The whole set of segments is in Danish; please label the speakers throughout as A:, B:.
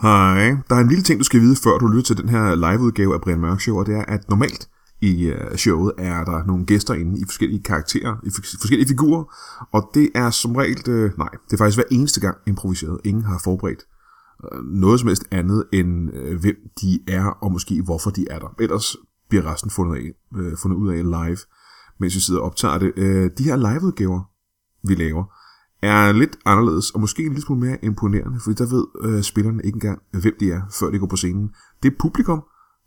A: Hej. Der er en lille ting, du skal vide, før du lytter til den her liveudgave af Brian Mørk Show, og det er, at normalt i øh, showet er der nogle gæster inde i forskellige karakterer, i fors- forskellige figurer, og det er som regel, øh, nej, det er faktisk hver eneste gang improviseret. Ingen har forberedt øh, noget som helst andet end, øh, hvem de er, og måske hvorfor de er der. Ellers bliver resten fundet, af, øh, fundet ud af live, mens vi sidder og optager det. Øh, de her liveudgaver, vi laver, er lidt anderledes, og måske en lille smule mere imponerende, fordi der ved øh, spillerne ikke engang, hvem de er, før de går på scenen. Det er publikum,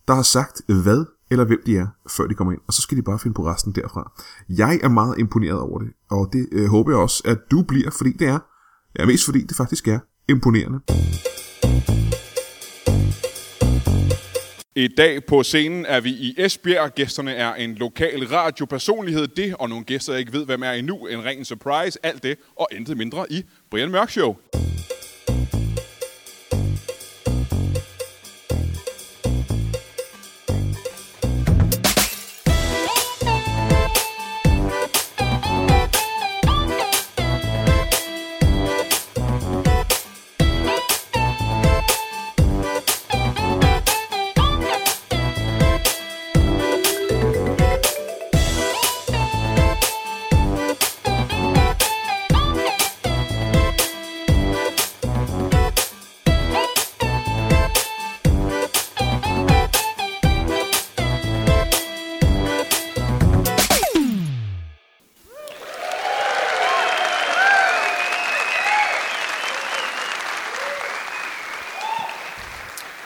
A: der har sagt, hvad eller hvem de er, før de kommer ind, og så skal de bare finde på resten derfra. Jeg er meget imponeret over det, og det øh, håber jeg også, at du bliver, fordi det er, ja, mest fordi det faktisk er imponerende.
B: I dag på scenen er vi i Esbjerg. Gæsterne er en lokal radiopersonlighed. Det og nogle gæster, jeg ikke ved, hvem er endnu. En ren surprise. Alt det og intet mindre i Brian Mørk Show.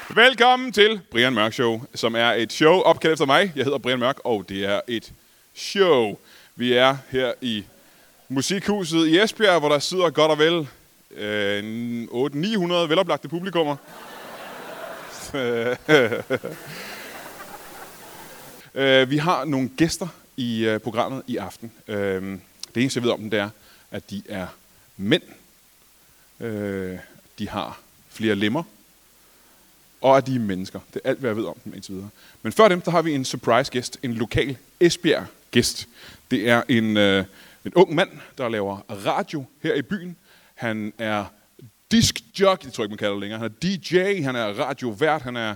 B: Velkommen til Brian Mørk Show, som er et show opkaldt efter mig. Jeg hedder Brian Mørk, og det er et show. Vi er her i Musikhuset i Esbjerg, hvor der sidder godt og vel øh, 800-900 veloplagte publikummer. Øh, vi har nogle gæster i øh, programmet i aften. Øh, det eneste, jeg ved om dem, det er, at de er mænd. Øh, de har flere lemmer. Og at de er mennesker. Det er alt, hvad jeg ved om dem indtil videre. Men før dem, der har vi en surprise gæst. En lokal Esbjerg-gæst. Det er en, øh, en ung mand, der laver radio her i byen. Han er diskjockey, det tror jeg ikke, man kalder det længere. Han er DJ, han er radiovært, han er... Jeg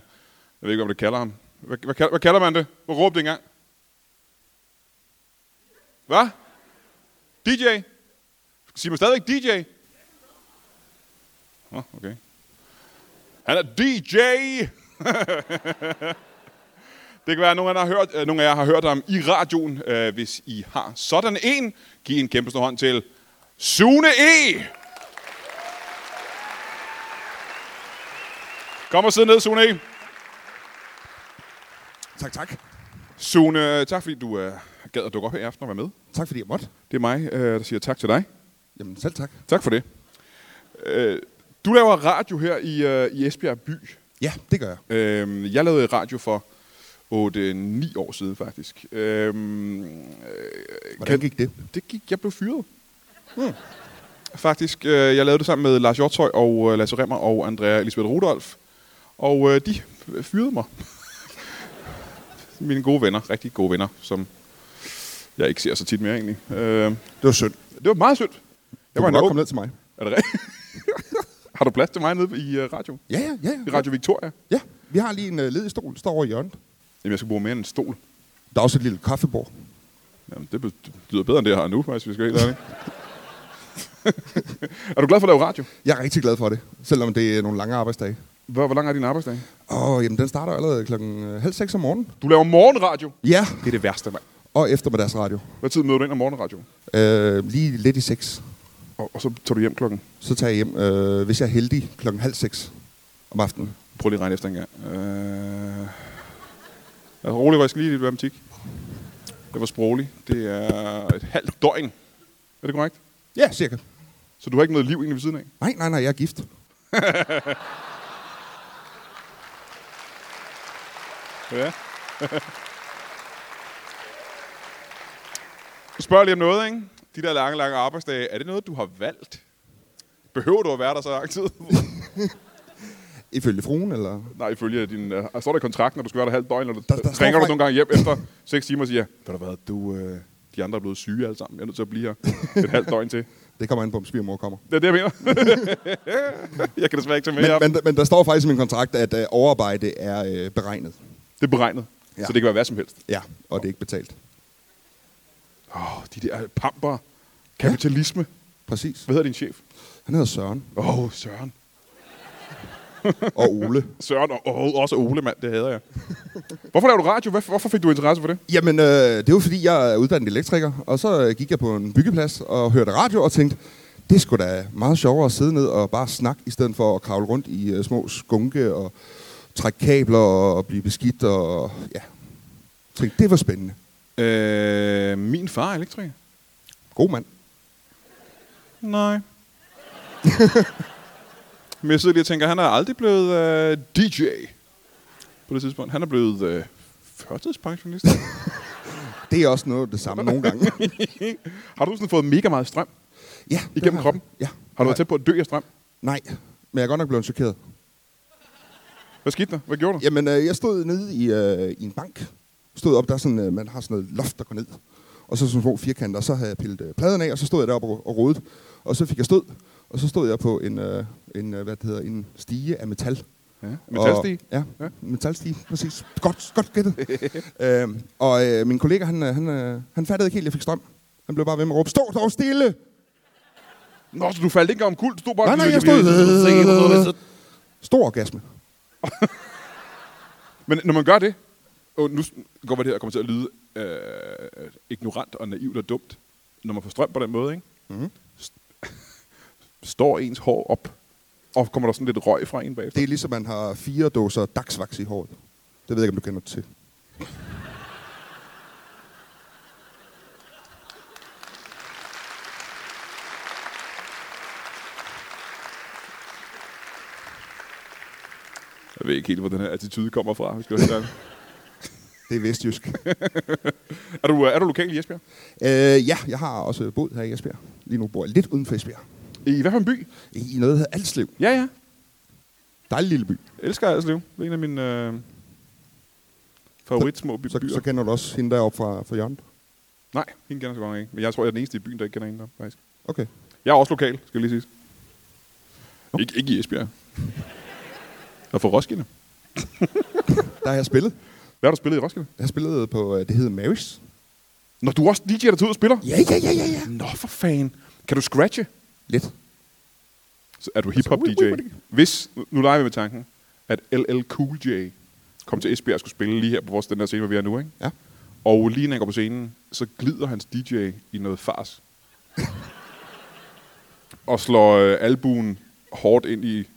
B: ved ikke, hvad det kalder ham. Hvad, hvad, kalder, hvad kalder man det? Hvor råb det engang? Hvad? DJ? Siger man stadigvæk DJ? Nå, okay. Han er DJ! det kan være, at nogle af jer har hørt, øh, nogle af jer har hørt ham i radioen. Øh, hvis I har sådan en, giv en kæmpe stor hånd til Sune E! Kom og sid ned, Sune E.
C: Tak, tak.
B: Sune, tak fordi du øh, gad at dukke op her i aften og være med.
C: Tak fordi jeg måtte.
B: Det er mig, øh, der siger tak til dig.
C: Jamen selv tak.
B: Tak for det. Øh, du laver radio her i, øh, i Esbjerg by.
C: Ja, det gør jeg.
B: Øh, jeg lavede radio for 8-9 år siden, faktisk. Øh,
C: Hvordan gik det?
B: det gik, jeg blev fyret. Hmm. Faktisk, øh, jeg lavede det sammen med Lars Hjortøj og øh, Lasse Remmer og Andrea Elisabeth Rudolf. Og øh, de fyrede mig. Mine gode venner, rigtig gode venner, som jeg ikke ser så tit mere egentlig. Øh,
C: Det var synd.
B: det var meget sødt. var
C: Jeg var
B: en
C: nok
B: ung-
C: komme ned til mig.
B: Er det rigtigt? Har du plads til mig nede i øh, radio?
C: Ja, ja, ja.
B: I
C: ja.
B: Radio Victoria?
C: ja. Vi har lige en øh, ledig stol, der står over i hjørnet.
B: Jamen, jeg skal bruge mere end en stol.
C: Der er også et lille kaffebord.
B: Jamen, det be- det lyder bedre, end det, jeg har nu, faktisk, hvis vi skal være helt ærlig. er du glad for at lave radio?
C: Jeg er rigtig glad for det, selvom det er nogle lange arbejdsdage.
B: Hvor, hvor lang er din arbejdsdag?
C: Og jamen, den starter allerede klokken øh, halv seks om morgenen.
B: Du laver morgenradio.
C: Ja,
B: Det er det værste, mand.
C: og eftermiddagsradio.
B: Hvad tid møder du ind om morgenradio?
C: Øh, lige lidt i seks.
B: Og, og så tager du hjem klokken.
C: Så tager jeg hjem, øh, hvis jeg er heldig, klokken halv seks om aftenen.
B: Prøv lige at regne efter en gang. Øh... Altså, rolig, hvor jeg skal lige lidt matematik. Det var sproglig. Det er et halvt døgn. Er det korrekt?
C: Ja, cirka.
B: Så du har ikke noget liv egentlig ved siden af?
C: Nej, nej, nej, jeg er gift.
B: Ja. Spørg lige om noget, ikke? De der lange, lange arbejdsdage, er det noget, du har valgt? Behøver du at være der så lang tid?
C: Ifølge fruen, eller?
B: Nej, ifølge din... Uh, står der i kontrakten, når du skal være der halvt døgn, og du, der,
C: Der- der står
B: ringer du
C: faktisk-
B: nogle gange hjem efter øh, 6 timer og siger, ved du hvad, du, uh, de andre er blevet syge alle sammen, jeg er nødt til at blive her et halvt døgn til.
C: Det kommer an på, om svigermor kommer.
B: Det er det, jeg mener. jeg kan desværre ikke tage med
C: Men,
B: op.
C: men, men der står faktisk i min kontrakt, at øh, overarbejde er øh, beregnet.
B: Det er beregnet, ja.
C: Ja.
B: så det kan være hvad som helst.
C: Ja, og det er ikke betalt.
B: Åh, oh, de der pamper. Kapitalisme.
C: Præcis.
B: Hvad hedder din chef?
C: Han hedder Søren
B: Åh, oh, Søren.
C: og Ole.
B: Søren og og også Ole, mand. Det hader jeg. Hvorfor laver du radio? Hvad- Hvorfor fik du interesse for det?
C: Jamen, øh, det er jo fordi, jeg er uddannet elektriker, og så øh, gik jeg på en byggeplads og hørte radio og tænkte, det skulle da meget sjovere at sidde ned og bare snakke, i stedet for at kravle rundt i øh, små skunke og trække kabler og, og blive beskidt. Og, ja. tænkte, det var spændende.
B: Øh, min far er elektriker.
C: God mand.
B: Nej. Men jeg sidder lige og tænker, han er aldrig blevet øh, DJ på det tidspunkt. Han er blevet øh, førtidspensionist.
C: Det er også noget af det samme nogle gange.
B: har du sådan fået mega meget strøm?
C: ja, det
B: Igennem
C: har jeg.
B: kroppen?
C: Ja.
B: Har du været tæt på at dø af strøm?
C: Nej, men jeg er godt nok blevet chokeret.
B: Hvad skete der? Hvad gjorde du?
C: Jamen, øh, jeg stod nede i, øh, i en bank. Stod op, der er sådan, øh, man har sådan noget loft, der går ned. Og så sådan nogle små firkanter, og så havde jeg pillet øh, pladen af, og så stod jeg deroppe og, og rodede. Og så fik jeg stød, og så stod jeg på en, øh, en, øh, hvad det hedder, en stige af metal.
B: Ja, metalstige?
C: Og, ja,
B: Ja.
C: ja, metalstige, præcis. Godt, godt gættet. øhm, og øh, min kollega, han, øh, han, øh, han fattede ikke helt, at jeg fik strøm. Han blev bare ved med at råbe, stå dog stille!
B: Nå, så du faldt ikke om kul? Du stod bare...
C: Nej, nej, jeg stod... Stor orgasme.
B: Men når man gør det, og nu s- går det her kommer til at lyde øh, ignorant og naivt og dumt, når man får strøm på den måde, ikke?
C: Mhm.
B: St- Står ens hår op, og kommer der sådan lidt røg fra en bagefter?
C: Det er ligesom, man har fire dåser dagsvaks i håret. Det ved jeg ikke, om du kender til.
B: Jeg ved ikke helt, hvor den her attitude kommer fra. hvis jeg skal være helt
C: Det er vestjysk.
B: ærlig. er, du, øh, er du lokal i Esbjerg?
C: øh, ja, jeg har også boet her i Esbjerg. Lige nu bor jeg lidt uden for Esbjerg.
B: I hvad for en by?
C: I noget, der hedder Alslev.
B: Ja, ja.
C: Dejlig lille by.
B: Jeg elsker Alslev. Det er en af mine øh, favorit små by-
C: Så,
B: byer.
C: så kender du også hende deroppe fra, fra Jørgen.
B: Nej, hende kender jeg så godt nok ikke. Men jeg tror, jeg er den eneste i byen, der ikke kender hende der, faktisk.
C: Okay.
B: Jeg er også lokal, skal jeg lige sige. Ikke, ikke i Esbjerg. Jeg er fra Roskilde.
C: Der har jeg spillet.
B: Hvad har du spillet i Roskilde?
C: Jeg har spillet på, øh, det hedder Marys.
B: Når du er også DJ'er, der tager ud og spiller?
C: Ja, ja, ja, ja, ja.
B: Nå, for fanden. Kan du scratche?
C: Lidt.
B: Så
C: Altså,
B: er du hip-hop-DJ. Hvis, nu leger vi med tanken, at LL Cool J kom til Esbjerg og skulle spille lige her på vores, den der scene, hvor vi er nu, ikke?
C: Ja.
B: Og lige når han går på scenen, så glider hans DJ i noget fars. og slår øh, albuen hårdt ind i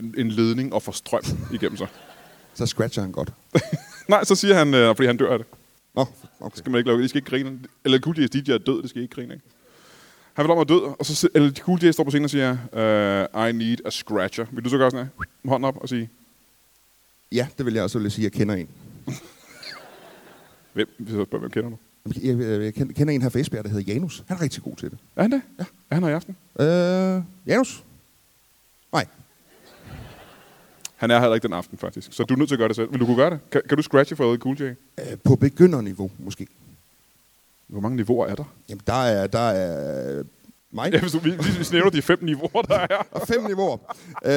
B: en, en ledning og får strøm igennem sig.
C: Så scratcher han godt.
B: Nej, så siger han, øh, fordi han dør af det.
C: Nå,
B: Det
C: okay.
B: skal man ikke lave. I skal ikke grine. Eller Cool J's DJ er død, det skal I ikke grine af. Han vil om at død, og så eller Cool J står på scenen og siger, uh, I need a scratcher. Vil du så gøre sådan her, med hånden op og sige,
C: Ja, det vil jeg også lige sige, at jeg kender en.
B: hvem, hvis jeg spørger, hvem kender du?
C: Jeg, jeg, jeg kender- kender en her fra Esbjerg, der hedder Janus. Han er rigtig god til det.
B: Er han det? Ja. Er han her i aften?
C: Øh, Janus? Nej.
B: Han er heller ikke den aften, faktisk. Så du er nødt til at gøre det selv. Vil du kunne gøre det? Kan, kan du scratche for LL Cool J?
C: Øh, på begynderniveau, måske.
B: Hvor mange niveauer er der?
C: Jamen, der er, der er øh, mig.
B: Ja, hvis du lige, lige snævner de fem niveauer, der er.
C: Og fem niveauer. Øh,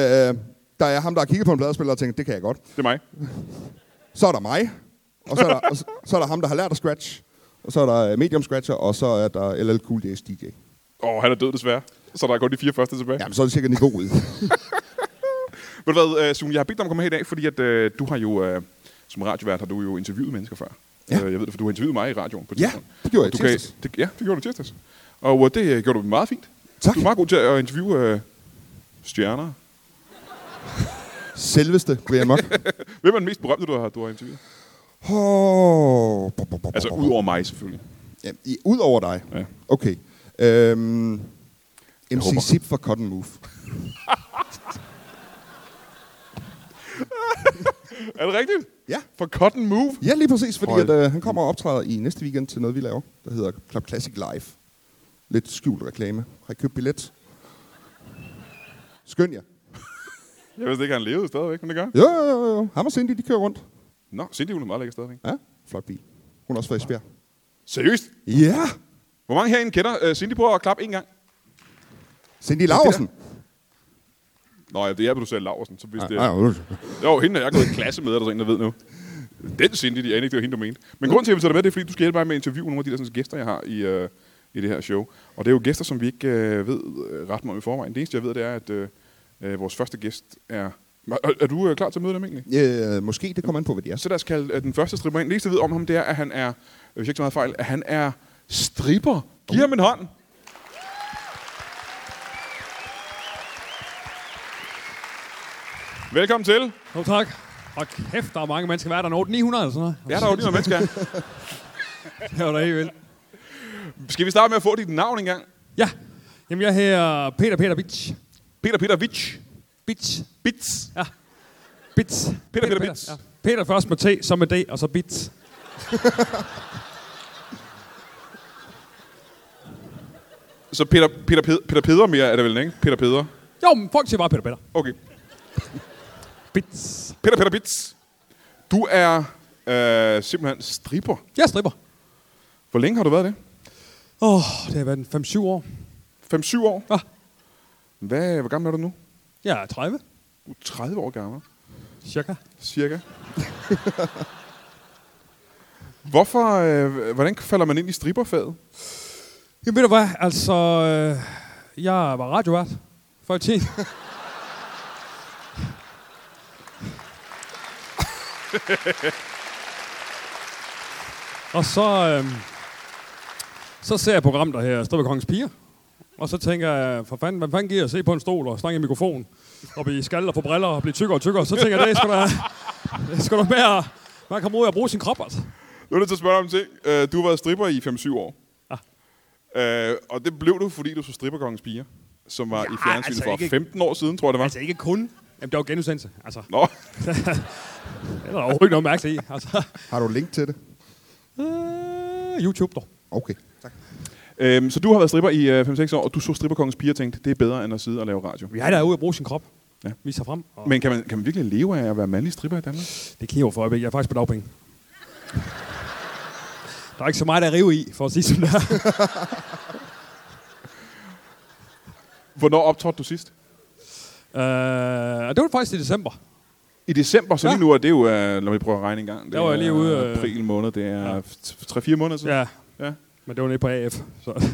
C: der er ham, der har kigget på en pladespiller og tænkt, det kan jeg godt.
B: Det er mig.
C: Så er der mig, og så er der, og så, så er der ham, der har lært at scratch, og så er der øh, medium scratcher, og så er der LL Cool J's DJ.
B: Åh, oh, han er død desværre. Så der er kun de fire første tilbage.
C: Jamen, så er det sikkert niveauet.
B: Ved du hvad, øh, Sune, jeg har bedt dig om at komme her i dag, fordi at, øh, du har jo, øh, som radiovært, har du jo interviewet mennesker før.
C: Ja.
B: Øh, jeg ved det, for du har interviewet mig i radioen på et
C: Ja,
B: tidspunkt.
C: det gjorde jeg
B: Og du
C: i tirsdags.
B: Kan, det, ja, det gjorde du i tirsdags. Og øh, det øh, gjorde du meget fint.
C: Tak.
B: Du er meget god til at interviewe øh, stjerner.
C: Selveste Brian Mok.
B: Hvem er den mest berømte, du har, du har interviewet?
C: Oh, bo, bo, bo,
B: Altså,
C: bo, bo.
B: udover mig selvfølgelig.
C: Ja, i- ud over dig.
B: Ja.
C: Okay. Øhm,
B: håber.
C: MC Zip for Cotton Move.
B: Er det rigtigt?
C: Ja.
B: For Cotton Move?
C: Ja, lige præcis, fordi
B: Hold.
C: at, øh, han kommer og optræder i næste weekend til noget, vi laver, der hedder Club Classic Live. Lidt skjult reklame. Har I købt billet? Skøn jer.
B: Jeg vidste ikke, at han levede stadigvæk, men det gør.
C: Jo, jo, jo, jo. Ham og Cindy, de kører rundt.
B: Nå, Cindy, hun er meget lækker stadigvæk.
C: Ja, flot bil. Hun er også fra Esbjerg.
B: Seriøst?
C: Ja!
B: Hvor mange herinde kender øh, Cindy? Prøv at klappe en gang.
C: Cindy Laursen.
B: Nå ja, det er, hvad du sagde Laversen. Så hvis det
C: Nej,
B: er...
C: undskyld.
B: Jo, hende er jeg gået i klasse med, er der så en, der ved nu. Den Cindy, de anede ikke, det var hende, du mente. Men grunden til, at vi tager dig med, det er, fordi du skal hjælpe mig med at interviewe nogle af de der sådan, gæster, jeg har i, øh, i det her show. Og det er jo gæster, som vi ikke øh, ved øh, ret meget om i forvejen. Det eneste, jeg ved, det er, at øh, øh, vores første gæst er... Er, er du øh, klar til at møde dem egentlig?
C: Øh, måske, det kommer an på, hvad det er.
B: Så lad os kalde øh, den første stripper ind. Det eneste, jeg ved om ham, det er, at han er, øh, hvis jeg ikke så meget fejl, at han er stripper. Giv ham en hånd. Velkommen til.
D: Jo, tak. Og kæft, der er mange mennesker. Hvad er der? Noget 900 eller sådan noget?
B: Ja, der er jo lige noget mennesker. her.
D: Det var da helt vildt.
B: Skal vi starte med at få dit navn engang?
D: Ja. Jamen, jeg hedder Peter Peter Bitch.
B: Peter Peter Witch.
D: Bitch.
B: Bits.
D: Ja. Bitch. Peter
B: Peter Bitch.
D: Ja. Peter først med T, så med D, og så Bitch.
B: Så Peter, Peter, Peder, Peter Peder mere er det vel, ikke? Peter Peder.
D: Jo, men folk siger bare Peter Peter.
B: Okay.
D: Bitch.
B: Peter Peter Bits. Du er øh, simpelthen stripper.
D: Jeg stripper.
B: Hvor længe har du været det?
D: Åh, oh, det har været en 5-7 år.
B: 5-7 år?
D: Ja.
B: Hvad, hvor gammel er du nu?
D: Jeg er 30,
B: Du er 30 år gammel,
D: cirka.
B: cirka. Hvorfor, øh, hvordan falder man ind i stripperfaget?
D: Jamen, ved du hvad? Altså, øh, jeg var radiovært for i tiden. og så, øh, så ser jeg et program, der her Strippe Kongens Piger. Og så tænker jeg, for fanden, hvad fanden giver jeg at se på en stol og snakke i en mikrofon? Og blive skaldet og få briller og blive tykkere og tykkere. Så tænker jeg, det skal der, det skal der med at, med at komme ud og bruge sin krop, altså.
B: Nu er det til at spørge dig om en ting. Øh, Du har været stripper i 5-7 år. Ah. Øh, og det blev du, fordi du så stripperkongens piger, som var ja, i fjernsynet
D: altså
B: altså for
D: ikke-
B: 15 år siden, tror jeg det var. Altså,
D: Altså ikke kun. Jamen, det var genudsendelse. Altså,
B: Nå,
D: Det er der overhovedet ikke noget mærke i. Altså,
C: Har du link til det?
D: øh, YouTube dog.
C: Okay. Tak.
B: øhm, så du har været stripper i øh, 5-6 år, og du så stripperkongens piger og tænkte, det er bedre end at sidde og lave radio.
D: Vi er derude at bruge sin krop.
B: Ja.
D: Ja. Vise sig frem. Og
B: Men kan man, kan man virkelig leve af at være mandlig stripper i Danmark?
D: det kniver for øjeblikket. Jeg er faktisk på dagpenge. Der er ikke så meget at rive i, for at sige sådan der.
B: Hvornår optrådte du sidst?
D: øh, og det var faktisk i december.
B: I december, så
D: Ja.
B: lige nu er det jo, uh, lad mig prøve at regne en gang. Det
D: Der var jeg lige
B: er
D: ude, øh,
B: April måned, det er ja. 3-4 måneder siden.
D: Ja,
B: ja.
D: men det var nede på AF. Så.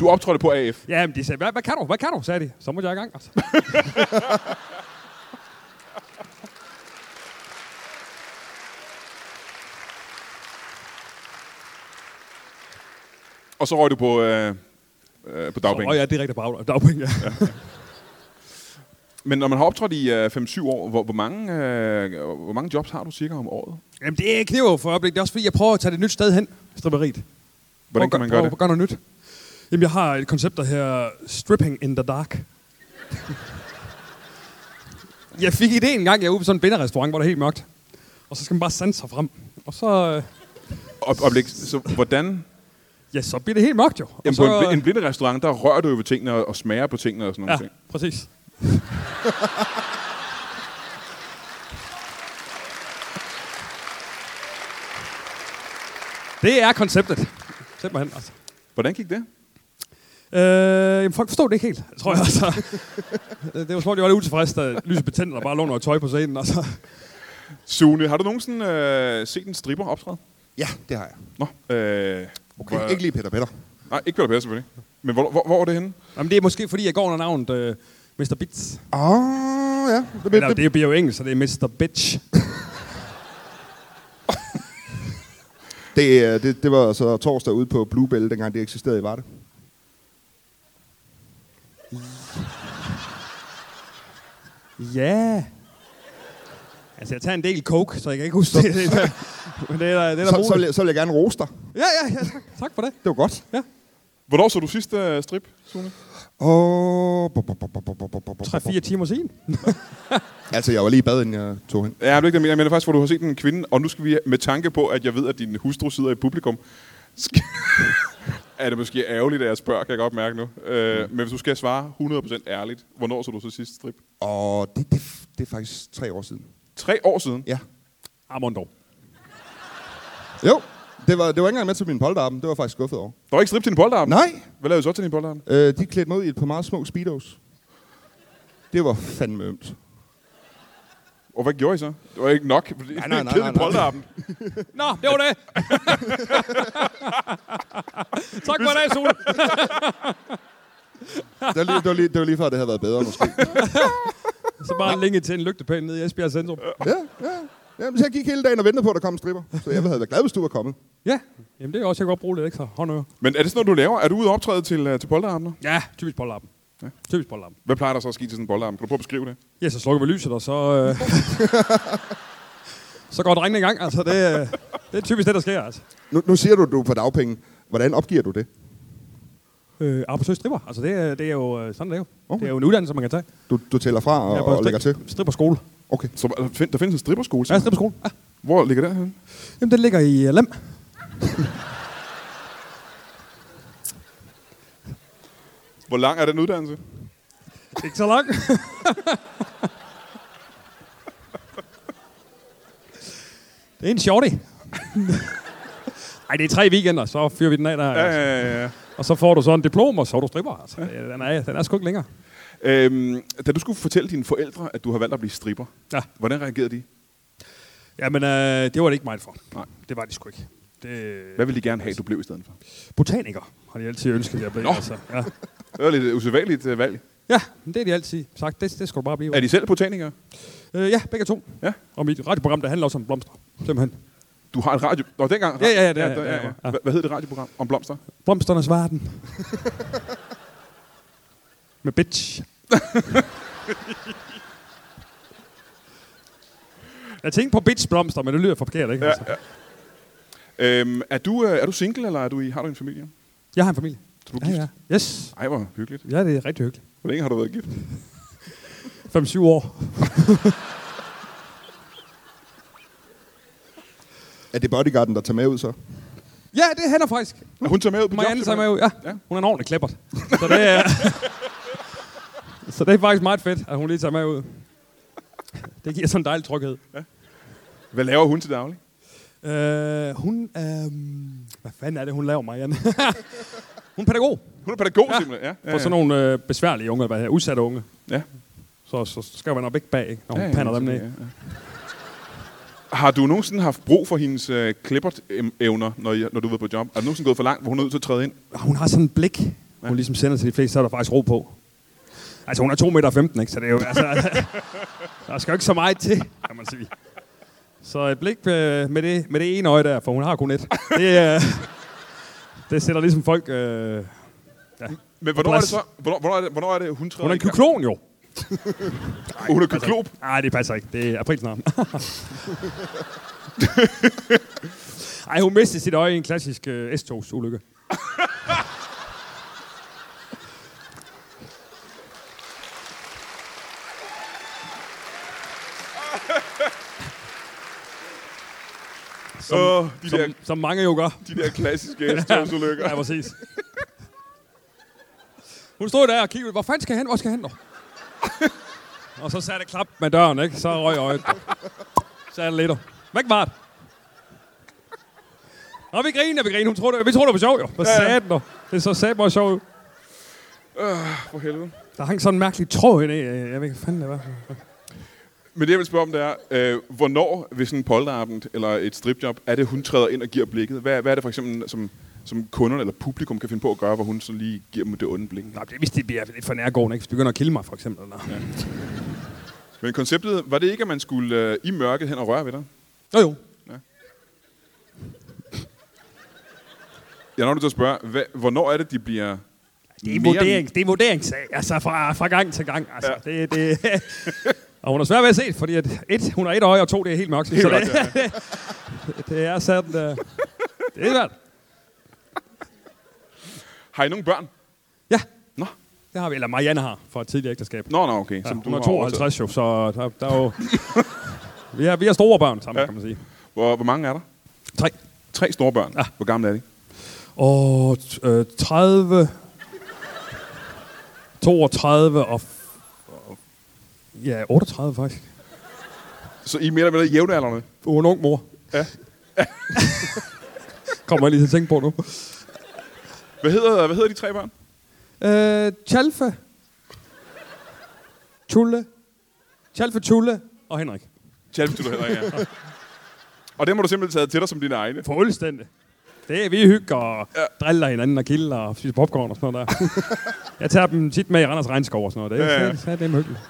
B: Du optrådte på AF.
D: Ja, men de sagde, hvad, hvad kan du? Hvad kan du? sagde de. Så måtte jeg i gang. Altså.
B: Og så røg du på, øh, øh, på dagpenge.
D: Og jeg er direkte på dag- dagpenge. Ja.
B: Men når man har optrådt i øh, 5-7 år, hvor, hvor, mange, øh, hvor mange jobs har du cirka om året?
D: Jamen, det kniver jo for øjeblikket. Det er også fordi, jeg prøver at tage det et nyt sted hen. Stripperiet.
B: Hvordan kan man gøre
D: prøv,
B: det?
D: Prøv at gøre noget nyt. Jamen, jeg har et koncept, der hedder Stripping in the Dark. jeg fik idéen en gang, jeg var ude på sådan en binderrestaurant, hvor det er helt mørkt. Og så skal man bare sande sig frem. Og så, øh,
B: Op, oplæg, så hvordan?
D: ja, så bliver det helt mørkt jo. Og
B: Jamen,
D: så,
B: på en, bl-
D: øh,
B: en blinde restaurant, der rører du jo ved tingene og, og smager på tingene og sådan
D: Ja,
B: noget. ting.
D: præcis. det er konceptet. Simpelthen, altså.
B: Hvordan gik det?
D: Øh, jamen, folk forstod det ikke helt, tror jeg. Altså. det det var som om, de var lidt utilfredse, da lyset betændte og bare lå noget tøj på scenen. Altså.
B: Sune, har du nogensinde øh, set en stripper optræde?
C: Ja, det har jeg.
B: Nå, øh,
C: Okay.
B: Hvor-
C: Ikke lige Peter Peter.
B: nej, ikke Peter Pære selvfølgelig. Men hvor, hvor, hvor var det henne?
D: Jamen, det er måske, fordi jeg går under navnet øh, Mr. Bitch.
B: Ah,
C: Åh, oh, ja. Det, det,
D: Eller det bliver jo engelsk, så det er Mr. Bitch.
C: det, øh, det, det var så torsdag ude på Bluebell, dengang det eksisterede i Varde.
D: Ja. Altså, jeg tager en del coke, så jeg kan ikke huske det. Men det er der, det er der
C: Så, så, vil
D: muligt.
C: jeg, så vil jeg gerne rose dig.
D: Ja, ja, ja. tak- Tak for det.
C: Det var godt.
D: Ja.
B: Hvornår så du sidst øh, strip, Sune?
C: Og...
D: 3-4 timer siden.
C: Altså, jeg var lige i bad, inden jeg tog hen.
B: Ja, jeg, ved ikke, jeg mener Jeg mener faktisk, hvor du har set en kvinde, og nu skal vi med tanke på, at jeg ved, at din hustru sidder i publikum. Sk- er det måske ærgerligt, at jeg spørger, kan jeg godt mærke nu. Øh, men hvis du skal svare 100% ærligt, hvornår så du så sidst strip?
C: Og det, det, det er faktisk tre år siden.
B: Tre år siden?
C: Ja.
D: Armond dog.
C: Jo. Det var, det var ikke engang med til min polterappen. Det var jeg faktisk skuffet over.
B: Der var ikke strip til din polterarm?
C: Nej,
B: Hvad lavede du så til din polterarm?
C: øh, de klædte mig ud i et par meget små speedos. Det var fandme ømt.
B: Og hvad gjorde I så? Det var ikke nok, fordi nej,
C: nej, nej, nej, nej.
B: polterarmen.
D: Nå, det var det. tak for i dag, Sune.
C: Det var lige, det var lige, det var lige før, det havde været bedre måske.
D: Så bare længe til en lygtepæl nede i Esbjerg Centrum.
C: Ja, ja. Jamen, så jeg gik hele dagen og ventede på, at der kom en stripper. Så jeg havde været glad, hvis du var kommet.
D: Ja, jamen det er også, jeg kan godt bruge lidt ekstra håndøre.
B: Men er det sådan noget, du laver? Er du ude og optræde til, øh, til polterarmene?
D: Ja, typisk polterappen. Ja. Typisk polterappen.
B: Hvad plejer der så at ske til sådan en polterarm? Kan du prøve at beskrive det?
D: Ja, så slukker vi lyset, og så... Øh, så går drengene i gang. Altså, det, øh, det er typisk det, der sker, altså.
C: Nu, nu siger du, at du er på dagpenge. Hvordan opgiver du det?
D: Øh, arbejdsløs stripper. Altså, det, er- det er jo øh, sådan, det er jo. Okay.
C: Okay.
D: Det er jo en uddannelse, man kan tage.
C: Du, du tæller fra og,
D: Jeg
C: ja,
D: er på
C: og lægger til?
D: Stripperskole.
C: Okay.
B: Så der find- der findes en stripperskole.
D: Ja,
B: simpelthen.
D: stripperskole. Ja.
B: Hvor ligger den henne?
D: Jamen, den ligger i uh, Lem.
B: Hvor lang er den uddannelse?
D: Ikke så langt. det er en shorty. Ej, det er tre weekender, så fyrer vi den af der.
B: Ja,
D: Altså.
B: ja, ja, ja.
D: Og så får du så en diplom, og så er du stripper. Altså. Det- Den, er, den er sgu ikke længere.
B: Øhm, da du skulle fortælle dine forældre, at du har valgt at blive stripper,
D: Ja.
B: hvordan reagerede de?
D: Jamen, øh, det var det ikke meget for.
B: Nej.
D: Det var det sgu ikke. Det... øh,
B: Hvad ville de gerne have, du blev i stedet for?
D: Botaniker har de altid ønsket, at jeg blev.
B: Nå.
D: Altså. Ja.
B: Det var lidt øh, usædvanligt øh, valg.
D: ja, men det har de altid sagt. Det, det skal du bare blive.
B: Er de selv botanikere?
D: Øh, ja, begge to.
B: Ja.
D: Og mit radioprogram, der handler også om blomster. Simpelthen.
B: Du har et radio... Nå, dengang...
D: Ja, ja, ja, det er-
B: der-
D: det er- ja.
B: Hva- Hvad hed det radioprogram om blomster?
D: Blomsternes verden. Med bitch. jeg tænkte på bitchblomster, men det lyder forkert, ikke? Ja, altså. ja.
B: Øhm, er, du, øh, er du single, eller er du i, har du en familie?
D: Jeg har en familie.
B: Så du er
D: Ja,
B: gift?
D: ja. Yes.
B: Ej, hvor hyggeligt.
D: Ja, det er rigtig hyggeligt.
B: Hvor længe har du været gift?
D: 5-7 år.
C: Er det bodyguarden, der tager med ud så?
D: Ja, det hænder faktisk.
B: Er hun tager med ud på
D: Marianne
B: job,
D: tager med
B: simpelthen?
D: ud.
B: Ja.
D: Ja. ja. Hun er en ordentlig klippert. Så det er... så det er faktisk meget fedt, at hun lige tager med ud. Det giver sådan en dejlig tryghed.
B: Hvad laver hun til daglig?
D: Øh, hun er... Hvad fanden er det, hun laver, Marianne? hun er pædagog
B: Hun er pædagog,
D: Ja.
B: simpelthen. Ja, ja,
D: for sådan nogle øh, besværlige unge, hvad her, udsatte unge.
B: Ja.
D: Så, så skal man op ikke bag, ikke? når hun ja, pander dem ned.
B: ja, ja. Har du nogensinde haft brug for hendes øh, clippert-evner, når, I- når du var på job? Er du nogensinde gået for langt, hvor hun er nødt til at træde ind?
D: Og Ah, Hun har sådan en blik, ja.
B: Ja.
D: hun ligesom sender til de fleste, så er der faktisk ro på. Altså, hun er 2,15 meter, 15, ikke? så det er jo... Altså, der skal jo ikke så meget til, kan man sige. Så et blik øh, med, det, med det ene øje der, for hun har kun et. Det, øh, det sætter ligesom folk... Øh,
B: Men hvornår er det
D: plads.
B: så? Hvornår, hvornår, er det, hvornår er det, hun træder
D: hun er en Altså,
B: i gang?
D: kyklon, jo.
B: Hun er kyklop.
D: Nej, det passer ikke. Det er aprilsnaren. Ej, hun mistede sit øje i en klassisk øh, S-togsulykke.
B: Åh, oh, de,
D: Som,
B: der,
D: som mange jo gør.
B: de der klassiske stolsulykker.
D: Ja, præcis. Hun stod der og kiggede, hvor fanden skal jeg hen? Hvor skal jeg hen? dog?" og så satte jeg klap med døren, ikke? Så røg øjet. Så er det lidt. Væk Mart. Nå, vi griner, vi griner. Hun troede, det- vi troede, det var sjov, jo. Hvad sagde den, dog? Det er så sagde mig sjov, jo.
B: For helvede.
D: Der hang sådan en mærkelig tråd ind i. øh, Jeg ved ikke, hvad fanden det var.
B: Men det, jeg vil spørge om, det er, øh, hvornår ved sådan en polterabend eller et stripjob, er det, hun træder ind og giver blikket? Hvad, hvad er det for eksempel, som, som kunderne eller publikum kan finde på at gøre, hvor hun så lige giver dem det onde blik?
D: Nå, det er, hvis det bliver lidt for nærgående, ikke? Hvis du begynder at kilde mig, for eksempel. Eller? Ja.
B: Men konceptet, var det ikke, at man skulle øh, i mørket hen og røre ved dig?
D: Jo, jo.
B: Jeg er nok nødt til at spørge, hvad, hvornår er det, de bliver...
D: Det er,
B: mere-
D: vurdering, det er vurderingssag, altså fra, fra gang til gang. Altså, ja. det, det. og hun er svær ved at se, fordi at et, hun har et øje, og to, det er helt mørkt. Det,
B: mørkt,
D: det, det er sådan, uh, det er svært.
B: Har I nogen børn?
D: Ja,
B: Nå,
D: det har vi. Eller Marianne har fra et tidligere ægteskab.
B: nå, nå okay.
D: Ja, hun
B: har
D: er
B: overtaget.
D: 52 jo, så der, der er jo... vi, har, vi har store børn sammen,
B: Ja.
D: ja. kan man sige.
B: Hvor, hvor mange er der?
D: Tre.
B: Tre store børn.
D: Ja.
B: Hvor gamle er de?
D: Og t- øh, 30... 32 og... f- og- Ja, 38 faktisk.
B: Så I er mere eller mindre jævnaldrende?
D: Du er en ung mor. Kommer jeg lige til at tænke på nu.
B: Hvad hedder, hvad hedder de tre børn?
E: Øh, Chalfa. Tulle. Chalfa Tulle.
D: Og Henrik.
B: Chalmers, du hedder, ja. Og det må du simpelthen tage til dig som dine egne.
D: Fuldstændig. Det er vi hygger og driller hinanden og kilder og spiser popcorn og sådan noget der. jeg tager dem tit med i Randers Regnskov og sådan noget.
B: Ja,
D: Det er, ja,
B: ja.
D: ja. Det, er, det er hyggeligt.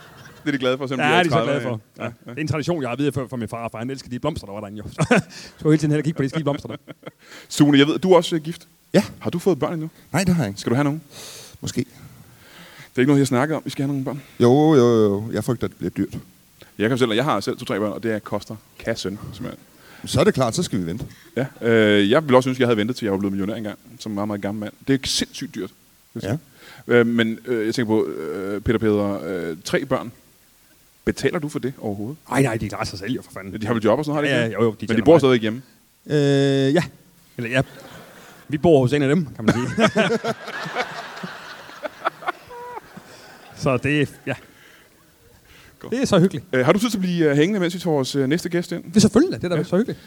B: Det er de glade for, selvom
D: Ja,
B: er
D: det er så
B: 30'erne,
D: glad for. Ja. Ja. Det er en tradition, jeg har videreført fra min far, for han elskede de blomster, der var derinde. Jo. Så jeg hele tiden hen og kigge på de skide blomster der.
B: Sune, jeg ved, du er også øh, gift.
C: Ja.
B: Har du fået børn endnu?
C: Nej, det har jeg ikke.
B: Skal du have nogen?
C: Måske.
B: Det er ikke noget, jeg snakker om. Vi skal have nogle børn.
C: Jo, jo, jo. Jeg frygter, at det bliver dyrt.
B: Jeg kan selv, jeg har selv to-tre børn, og det er koster kassen, simpelthen.
C: Men Så er det klart, så skal vi vente.
B: Ja, øh, jeg ville også synes, jeg havde ventet til jeg var blevet millionær engang, som en meget, meget gammel mand. Det er sindssygt dyrt. vil jeg sige. Øh, men øh, jeg tænker på, øh, Peter Peder, øh, tre børn. Betaler du for det overhovedet?
D: Nej, nej, de klarer sig selv jo for fanden.
B: Ja, de har vel job og sådan noget, har de
D: Ja,
B: ikke?
D: ja, jo, jo, de
B: Men de
D: tjener
B: bor
D: meget.
B: stadig hjemme.
E: Øh, ja.
D: Eller ja, vi bor hos en af dem, kan man sige. så det er, ja. Det er så hyggeligt.
B: Øh, har du tid til at blive øh, hængende, mens vi tager vores øh, næste gæst ind?
E: Det er selvfølgelig, det er da så hyggeligt.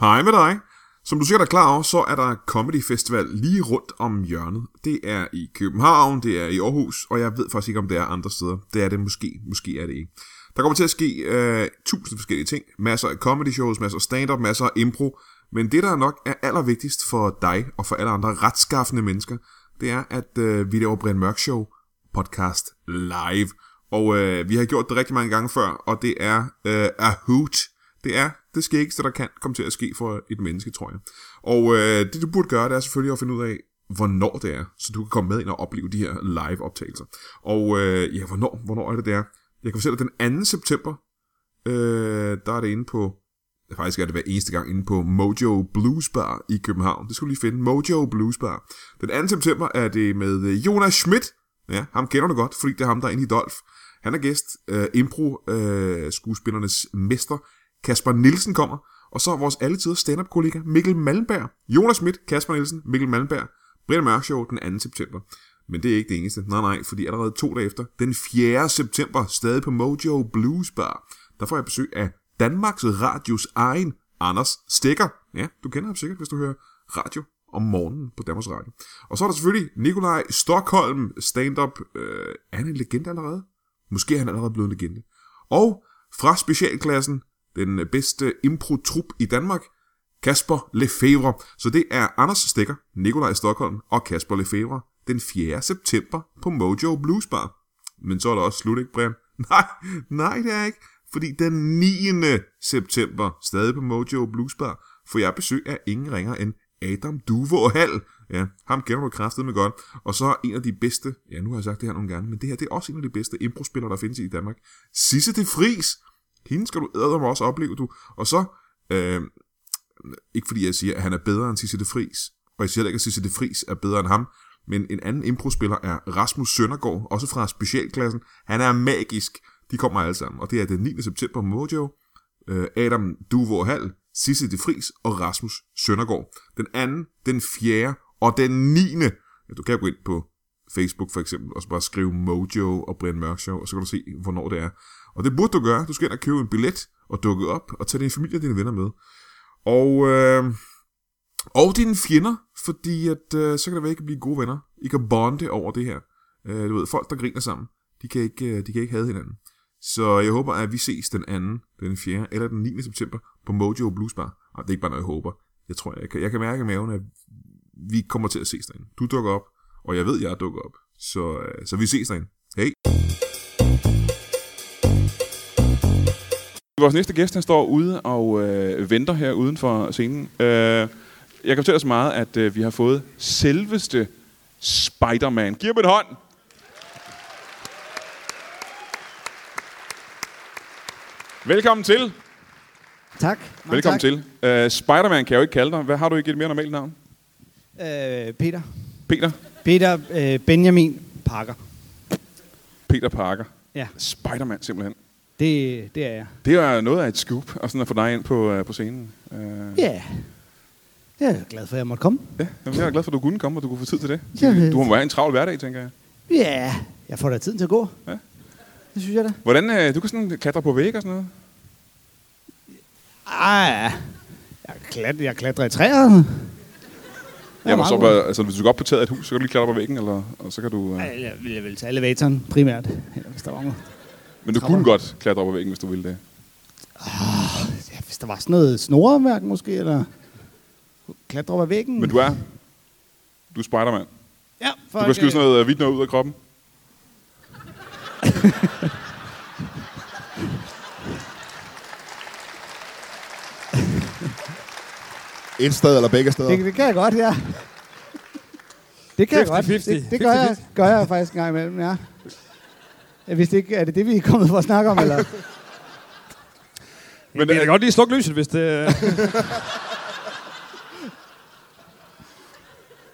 A: Hej med dig. Som du sikkert er klar over, så er der Comedy Festival lige rundt om hjørnet. Det er i København, det er i Aarhus, og jeg ved faktisk ikke, om det er andre steder. Det er det måske, måske er det ikke. Der kommer til at ske øh, tusind forskellige ting. Masser af comedy shows, masser af stand-up, masser af impro. Men det, der nok er allervigtigst for dig og for alle andre retskaffende mennesker, det er, at øh, vi laver Brian Mørk Show podcast live. Og øh, vi har gjort det rigtig mange gange før, og det er øh, a hoot. Det er det skægste, der kan komme til at ske for et menneske, tror jeg. Og øh, det, du burde gøre, det er selvfølgelig at finde ud af, hvornår det er, så du kan komme med ind og opleve de her live-optagelser. Og øh, ja, hvornår, hvornår er det, det er? Jeg kan fortælle dig, den 2. september, øh, der er det inde på, ja, faktisk er det hver eneste gang, inde på Mojo Blues Bar i København. Det skulle du lige finde, Mojo Blues Bar. Den 2. september er det med øh, Jonas Schmidt. Ja, ham kender du godt, fordi det er ham, der er inde i Dolf. Han er gæst, øh, impro-skuespillernes mester, Kasper Nielsen kommer, og så er vores alletiders stand-up kollega Mikkel Malmberg, Jonas Schmidt, Kasper Nielsen, Mikkel Malmberg, Brian Mørk Show den 2. september. Men det er ikke det eneste. Nej, nej, fordi allerede to dage efter, den 4. september, stadig på Mojo Blues Bar, der får jeg besøg af Danmarks Radios egen Anders Stikker. Ja, du kender ham sikkert, hvis du hører radio om morgenen på Danmarks Radio. Og så er der selvfølgelig Nikolaj Stockholm, stand-up. Øh, er han en legende allerede? Måske er han allerede blevet en legende. Og fra specialklassen, den bedste impro-trup i Danmark, Kasper Lefevre. Så det er Anders Stikker, Nikolaj Stockholm og Kasper Lefevre den 4. september på Mojo Blues Bar. Men så er der også slut, ikke, Brian? Nej, nej, det er ikke. Fordi den 9. september, stadig på Mojo Blues Bar, får jeg besøg af ingen ringer end Adam Duvo og Hal. Ja, ham kender du kraftet med godt. Og så en af de bedste, ja, nu har jeg sagt det her nogle gange, men det her det er også en af de bedste improspillere, der findes i Danmark. Sisse de Fris. Hende skal du æde også opleve, du. Og så, øh, ikke fordi jeg siger, at han er bedre end Cisse de Fris, og jeg siger heller ikke, at Cisse de Fris er bedre end ham, men en anden improspiller er Rasmus Søndergaard, også fra specialklassen. Han er magisk. De kommer alle sammen, og det er den 9. september på Mojo. Øh, Adam Duvor Hall, Sisse de Fris og Rasmus Søndergaard. Den anden, den fjerde og den 9. Ja, du kan gå ind på Facebook for eksempel, og så bare skrive Mojo og Brian Mørk Show, og så kan du se, hvornår det er. Og det burde du gøre. Du skal ind og købe en billet og dukke op og tage din familie og dine venner med. Og, øh, og dine fjender, fordi at, øh, så kan det være, at I kan blive gode venner. I kan bonde over det her. Øh, du ved, folk, der griner sammen, de kan ikke, øh, de kan ikke have hinanden. Så jeg håber, at vi ses den 2., den 4. eller den 9. september på Mojo Blues Bar. Ej, det er ikke bare noget, jeg håber. Jeg tror, jeg kan, jeg kan mærke i maven, at vi kommer til at ses derinde. Du dukker op, og jeg ved, jeg dukker op. Så, øh, så vi ses derinde. Hej.
B: Vores næste gæst, han står ude og øh, venter her uden for scenen. Øh, jeg kan fortælle så meget, at øh, vi har fået selveste Spider-Man. Giv ham en hånd! Velkommen til. Mange
F: Tak. Mange
B: Velkommen
F: tak.
B: til. Øh, Spider-Man kan jeg jo ikke kalde dig. Hvad har du ikke et mere normalt navn?
F: Øh, Peter.
B: Peter.
F: Peter øh, Benjamin Parker.
B: Peter Parker.
F: Ja,
B: Spider-Man simpelthen.
F: det, det er jeg.
B: Det er noget af et scoop, og sådan at få dig ind på, øh, på scenen. Øh,
F: Ja. Jeg er glad for, at jeg måtte komme.
B: ja. Jamen, jeg er glad for, at du kunne komme, og du kunne få tid til det.
F: Jamen.
B: Du må have en travl hverdag, tænker jeg.
F: Ja, jeg får da tiden til at gå.
B: Ja.
F: Det synes jeg da.
B: Hvordan, øh, du kan sådan klatre på vægge og sådan noget?
F: Ah, ja. Jeg, klat, jeg klatrer i træer.
B: Ja, men
F: meget
B: så,
F: god.
B: bare, altså, hvis du går op på taget af et hus, så kan du lige klatre op ad væggen, eller, og så kan du... Øh,
F: Ej, Jeg vil, jeg vil tage elevatoren primært, eller hvis der var noget.
B: men du kunne godt klatre op ad væggen, hvis du ville det.
F: Ja, hvis der var sådan noget snoreværk måske, eller klatre op ad væggen.
B: Men du er... Du er spiderman.
F: ja, for
B: Du kan skyde sådan noget øh, hvidt noget ud af kroppen.
C: Et sted eller begge steder.
F: Det, det kan jeg godt, ja. Det kan jeg godt.
D: 50-50.
F: Det, det gør, jeg, gør jeg faktisk en gang imellem, ja. Jeg vidste ikke, er det det, vi er kommet for at snakke om, eller?
B: Men,
D: Jeg kan godt lige slukke lyset, hvis
E: øh,
D: det...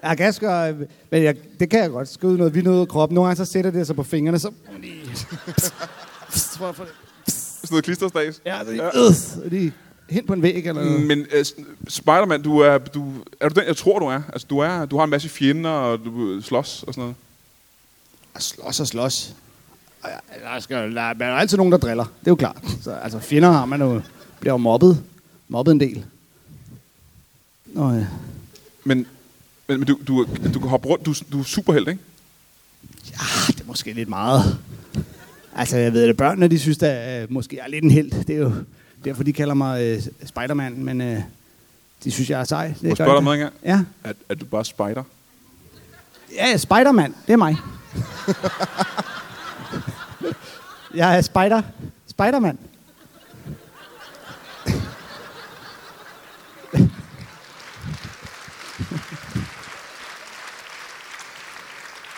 F: Ja, gas gør, øh, men jeg, det kan jeg godt. Skyde noget vildt ud af kroppen. Nogle gange så sætter det sig på fingrene, så...
B: sådan noget klisterstads.
F: Ja, så lige, øh, lige hen på en væg, eller noget.
B: Men uh, Spider-Man, du er, du, er du den, jeg tror, du er? Altså, du, er, du har en masse fjender, og du øh, slås og sådan noget.
F: Og slås og slås. Og jeg- Der, skal, der, er- der er altid nogen, der driller. Det er jo klart. Så, altså, fjender har man jo... Bliver jo mobbet. Mobbet en del. Nå, ja.
B: Men, men, men du, du, du kan hoppe rundt. Du, du er superhelt, ikke?
F: Ah, det er måske lidt meget. Altså, jeg ved det. Børnene, de synes da, øh, måske jeg er lidt en held. Det er jo derfor, de kalder mig øh, Spider-Man, men øh, de synes, jeg er sej. Det
B: Må jeg
F: gør
B: spørge dig
F: de.
B: om noget engang?
F: Ja.
B: At, at du bare spider.
F: Ja, Spider-Man. Det er mig. jeg er spider. Spider-Man.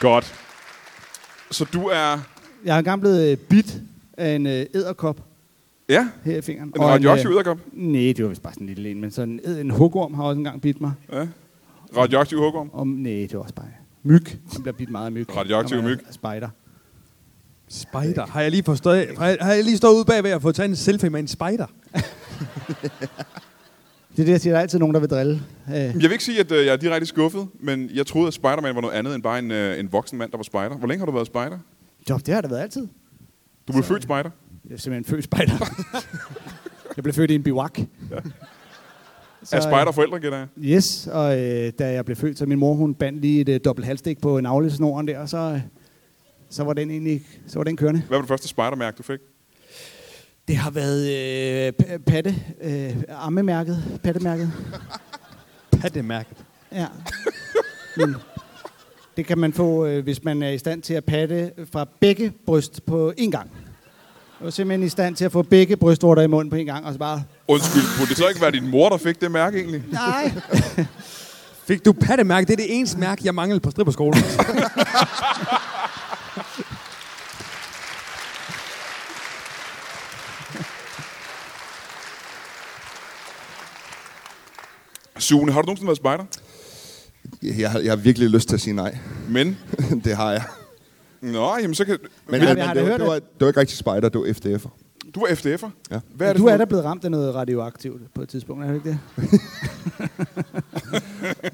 B: Godt. Så du er...
F: Jeg er engang blevet øh, bit af en øh, æderkop
B: Ja,
F: her i fingeren.
B: en radioaktiv
F: øh,
B: udgang.
F: Nej, det var vist bare sådan en lille en, men sådan en, æd- en hugorm har også engang bidt mig.
B: Ja. Radioaktiv hugorm.
F: Og, nej, det var også bare myg. Man bliver bidt meget af myg.
B: Radioaktiv
F: når man er
B: myg.
F: Spider.
E: Spider. Har jeg lige forstået? Har jeg, har jeg lige stået ude bagved og fået taget en selfie med en spider?
F: Det er det, jeg siger. Der er altid nogen, der vil drille. Øh,
B: Jeg vil ikke sige, at øh, jeg er direkte skuffet, men jeg troede, at Spider-Man var noget andet end bare en, øh, en voksen mand, der var spider. Hvor længe har du været spider?
F: job, det har det været altid.
B: Du blev født spider.
F: Jeg er simpelthen født spider. jeg blev født i en biwak.
B: Så, er spider forældre, gætter jeg?
F: Yes, og øh, da jeg blev født, så min mor, hun bandt lige et øh, dobbelt halvstik på navlesnoren der, og så, øh, så var den egentlig, så var den kørende.
B: Hvad var det første spidermærke, du fik?
F: Det har været øh, p- patte, øh, ammemærket, pattemærket.
E: Pattemærket.
F: Ja. Men det kan man få, øh, hvis man er i stand til at patte fra begge bryst på én gang. Jeg var simpelthen i stand til at få begge brystvorter i munden på én gang, og så bare,
B: Undskyld, kunne det så ikke være din mor, der fik det mærke egentlig?
F: nej,
E: Fik du pattemærke? Det er det eneste mærke, jeg manglede på stripperskolen.
B: Sune, har du nogensinde været spider?
C: Jeg, har, jeg har virkelig lyst til at sige nej.
B: Men,
C: det har jeg.
B: nå, jamen så kan...
C: Men,
F: Ja,
C: men,
F: jeg har
C: det,
F: da
C: var,
F: hørt,
C: det, var, det var ikke rigtig spider, det var FDF'er.
B: Du er FDF'er.
C: Ja.
B: Hvad er det
F: du
B: for
F: er da
B: noget?
F: blevet ramt af noget radioaktivt på et tidspunkt, er du ikke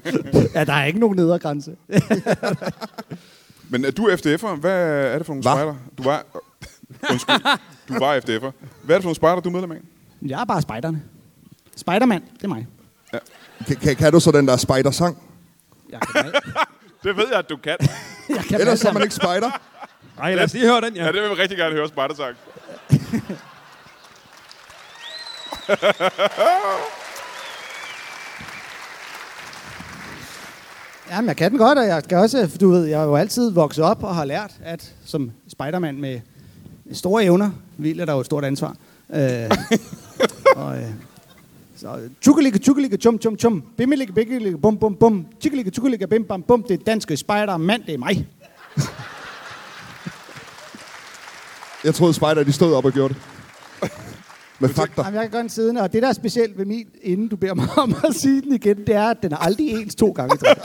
F: det? ja, der er ikke nogen nedre grænse.
B: Men er du FDF'er? Hvad er det for nogle
C: Hva?
B: spider? Du var... Undskyld, du var FDF'er. Hvad er det for nogle spider, du er medlem af?
F: Jeg er bare spejderne. Spiderman, det er mig.
C: Kan, kan, kan du så den der spider-sang?
F: Jeg kan, dem alle-
B: Det ved jeg, at du kan.
F: jeg kan dem alle
C: Ellers er man
F: sammen.
C: ikke spider.
D: Nej, lad os lige høre den,
B: Ja,
D: ja.
B: det vil jeg rigtig gerne høre spider
F: Jamen, jeg kan den godt, og jeg skal også, du ved, jeg er jo altid vokset op og har lært, at som spidermand med store evner, hviler der jo et stort ansvar. Øh, og, øh, så tjukkelikke, tjukkelikke, tjum, tjum, tjum, bimmelikke, bikkelikke, bum, bum, bum, tjukkelikke, tjukkelikke, bim, bam, bum, det er danske spidermand, det er mig.
C: Jeg troede, spider, de stod op og gjorde det. Med fakter.
F: Jamen, jeg kan gøre den siddende, og det, der er specielt ved min, inden du beder mig om at sige den igen, det er, at den er aldrig ens to gange. i træk.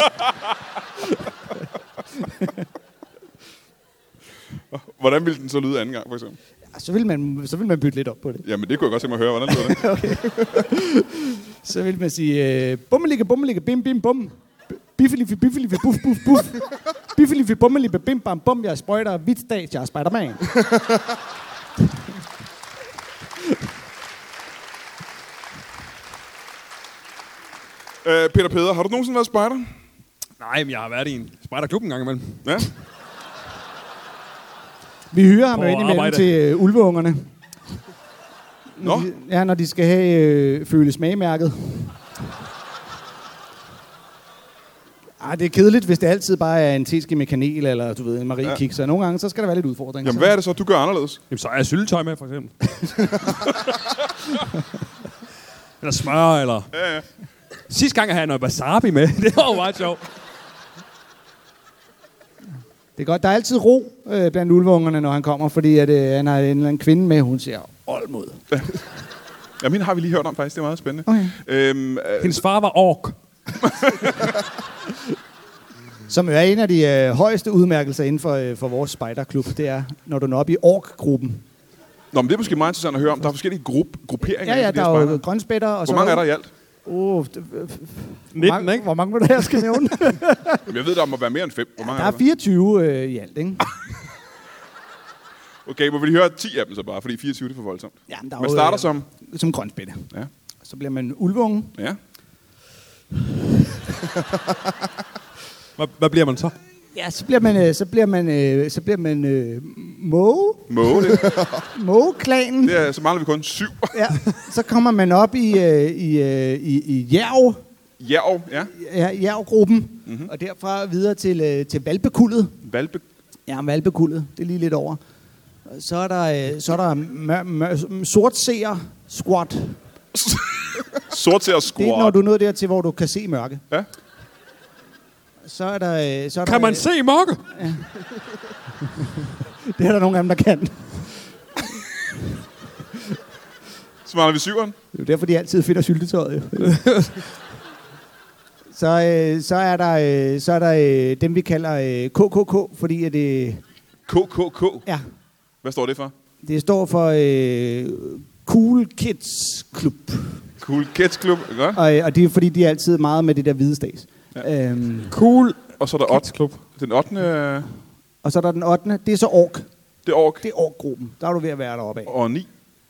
B: Hvordan ville den så lyde anden gang, for eksempel?
F: så, vil man, så vil man bytte lidt op på det.
B: Jamen, det kunne jeg godt tænke mig at høre. Hvordan lyder det?
F: Så vil man sige, øh, bummelikke, bummelikke, bim, bim, bum. Biffelifi, biffelifi, buff, buff, buff. Biffelifi, bummelifi, bim, bam, bum. Jeg er sprøjter, hvidt stat, jeg er Spider-Man.
B: Øh, Peter Peder, har du nogensinde været spejder?
D: Nej, men jeg har været i en spejderklub en gang imellem.
B: Ja.
F: Vi hyrer ham
D: For
F: jo
D: at
F: ind imellem
D: arbejde.
F: til øh, ulveungerne. Når
B: Nå.
F: De, ja, når de skal have øh, føle smagmærket. Ej, Ah, det er kedeligt, hvis det altid bare er en teske med kanel, eller du ved, en marie ja. Så nogle gange, så skal der være lidt udfordring.
B: Jamen, hvad er det så, du gør anderledes?
D: Jamen, så er jeg syltetøj med, for eksempel. eller smør, eller... Ja, ja. Sidste gang havde jeg noget wasabi med. det var jo meget sjovt.
F: Det er godt. Der er altid ro øh, blandt ulveungerne, når han kommer, fordi at, øh, han har en eller anden kvinde med, hun siger, Olmod.
B: Ja, min har vi lige hørt om faktisk. Det er meget spændende.
F: Okay.
B: Øhm, øh,
D: Hendes far var ork.
F: Som jo er en af de øh, højeste udmærkelser inden for, øh, for vores spejderklub. Det er, når du når op i ork-gruppen.
B: nå, men det er måske meget interessant at høre om. Der er forskellige grup- grupperinger.
F: Ja, ja,
B: inden for de
F: der
B: her
F: er jo
B: spejdere.
F: grønspætter. Og så
B: Hvor mange er der i alt?
F: Oh, det, øh, f-
D: 19,
F: mange,
D: ikke?
F: Hvor mange var det, jeg skal nævne?
B: Jamen, Jeg ved, der må være mere end fem. Hvor mange
F: der er 24 øh, i alt, ikke?
B: der? Okay, må vi lige høre 10 af dem så bare, fordi 24 det er for voldsomt.
F: Jamen, der er
B: Man
F: jo,
B: starter
F: øh,
B: som...
F: Som grønspætte.
B: Ja.
F: Så bliver man ulvunge.
B: Ja.
D: Hvad, hvad bliver man så?
F: Ja, så bliver man, øh, så bliver man, øh, så bliver man øh, måge,
B: Måge, det,
F: mågeklanen.
B: det er, så mangler vi kun syv.
F: Ja. Så kommer man op i, øh, i, øh, i, i jerv,
B: Ja, og, ja.
F: ja, jervgruppen, mm-hmm. og derfra videre til, øh, til valpekuldet.
B: Valpe.
F: Ja, valpekuldet, det er lige lidt over. Og Så er der, øh, så er der mør, mør, sortseer squat. Det
B: Sort til at
F: er når
B: score.
F: du er nået dertil, hvor du kan se mørke.
B: Ja.
F: Så er der... øh, Så er der,
D: Kan man
F: øh,
D: se mokke?
F: Det er der nogle af dem, der kan.
B: Så mangler vi syveren.
F: Det er jo derfor, de altid finder syltetøjet. jo. så, øh, så er der, øh, så er der øh, dem, vi kalder øh, KKK, fordi at, øh,
B: KKK.
F: ja,
B: Hvad står det for?
F: det står for øh, Cool Kids Club.
B: Cool Kids Club. Ikke godt?
F: Og, øh, og det er fordi, de er altid meget med det der hvide stas. Ja. Øhm,
D: Cool.
B: Og så er der
D: Kids
B: 8.
D: Club.
B: Den 8.
F: og så er der den 8. Det er så Ork.
B: Det er ork.
F: Det er Ork-gruppen. Der er du ved at være deroppe af.
B: Og 9.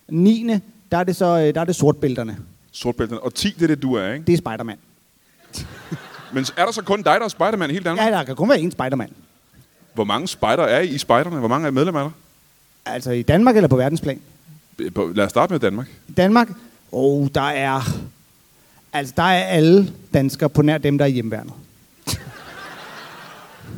F: 9. Der er det så øh, der er det sortbælterne.
B: Sortbælterne. Og 10, det er det, du er, ikke?
F: Det er Spiderman.
B: Men er der så kun dig, der er Spider-Man i hele Danmark?
F: Ja, der kan kun være én Spiderman.
B: Hvor mange spider er I i spejderne? Hvor mange er medlemmer er der?
F: Altså i Danmark eller på verdensplan.
B: B- på- Lad os starte med Danmark.
F: I Danmark, oh, der er... Altså, der er alle danskere på nær dem, der er hjemmeværende.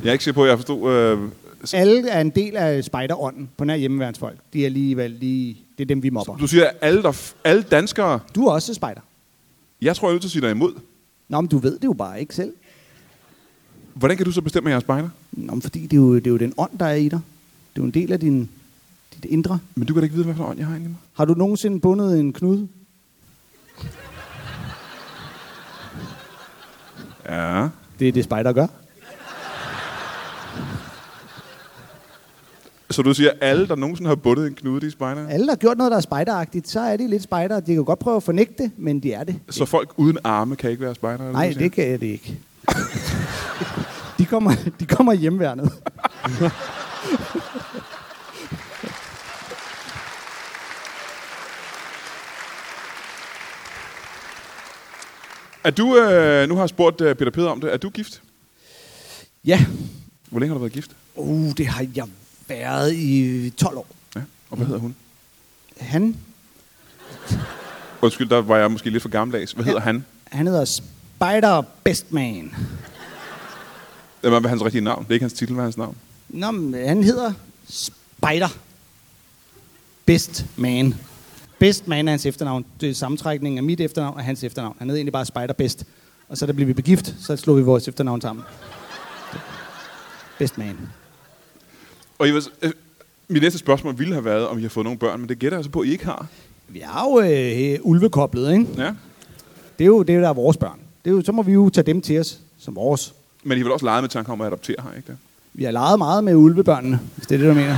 B: Jeg er ikke sikker på, at jeg forstod... Øh, s-
F: Alle er en del af spejderånden på nær hjemmeværnsfolk. De er alligevel lige... Det er dem, vi mobber.
B: du siger, at alle, der f- alle danskere...
F: Du er også spejder.
B: Jeg tror, jeg er nødt til at sige dig imod.
F: Nå, men du ved det jo bare ikke selv.
B: Hvordan kan du så bestemme, at jeg er spejder?
F: Nå, men fordi det er, jo, det er jo den ånd, der er i dig. Det er jo en del af din, dit indre.
B: Men du kan da ikke vide, hvad for en ånd jeg har inde i mig.
F: Har du nogensinde bundet en knude?
B: Ja.
F: Det er det, spejder gør.
B: Så du siger, at alle, der nogensinde har bundet en knude, de er spejder? Ja.
F: Alle, der har gjort noget, der er spejderagtigt, så er de lidt spejder. De kan jo godt prøve at fornægte det, men de er det.
B: Så folk uden arme kan ikke være spejder? er
F: Nej,
B: du siger?
F: det kan jeg det ikke. de kommer, de kommer hjemmeværnet.
B: Er du... Øh, nu har jeg spurgt øh, Peter Peder om det. Er du gift?
F: Ja.
B: Hvor længe har du været gift?
F: Uh, det har jeg været i 12 år.
B: Ja. Og hvad hedder hun?
F: Han,
B: Undskyld, der var jeg måske lidt for gammeldags. Hvad hedder han?
F: han hedder Spider Bestman.
B: Hvad er hans rigtige navn? Det er ikke hans titel, hvad er hans navn?
F: Nå, men han hedder Spider Bestman. Bestman er hans efternavn. Det er sammentrækningen af mit efternavn og hans efternavn. Han hed egentlig bare Spider Best. Og så da blev vi begift, så slog vi vores efternavn sammen. Bestman.
B: Og I var, øh, mit næste spørgsmål ville have været, om I har fået nogle børn, men det gætter jeg så på, at I ikke har.
F: Vi er jo øh, ulvekoblet, ikke?
B: Ja.
F: Det er jo det, er jo, der er vores børn. Det er jo, så må vi jo tage dem til os som vores.
B: Men I vil også lege med tanken om at adoptere her, ikke det?
F: Vi har leget meget med ulvebørnene, hvis det er det, du mener.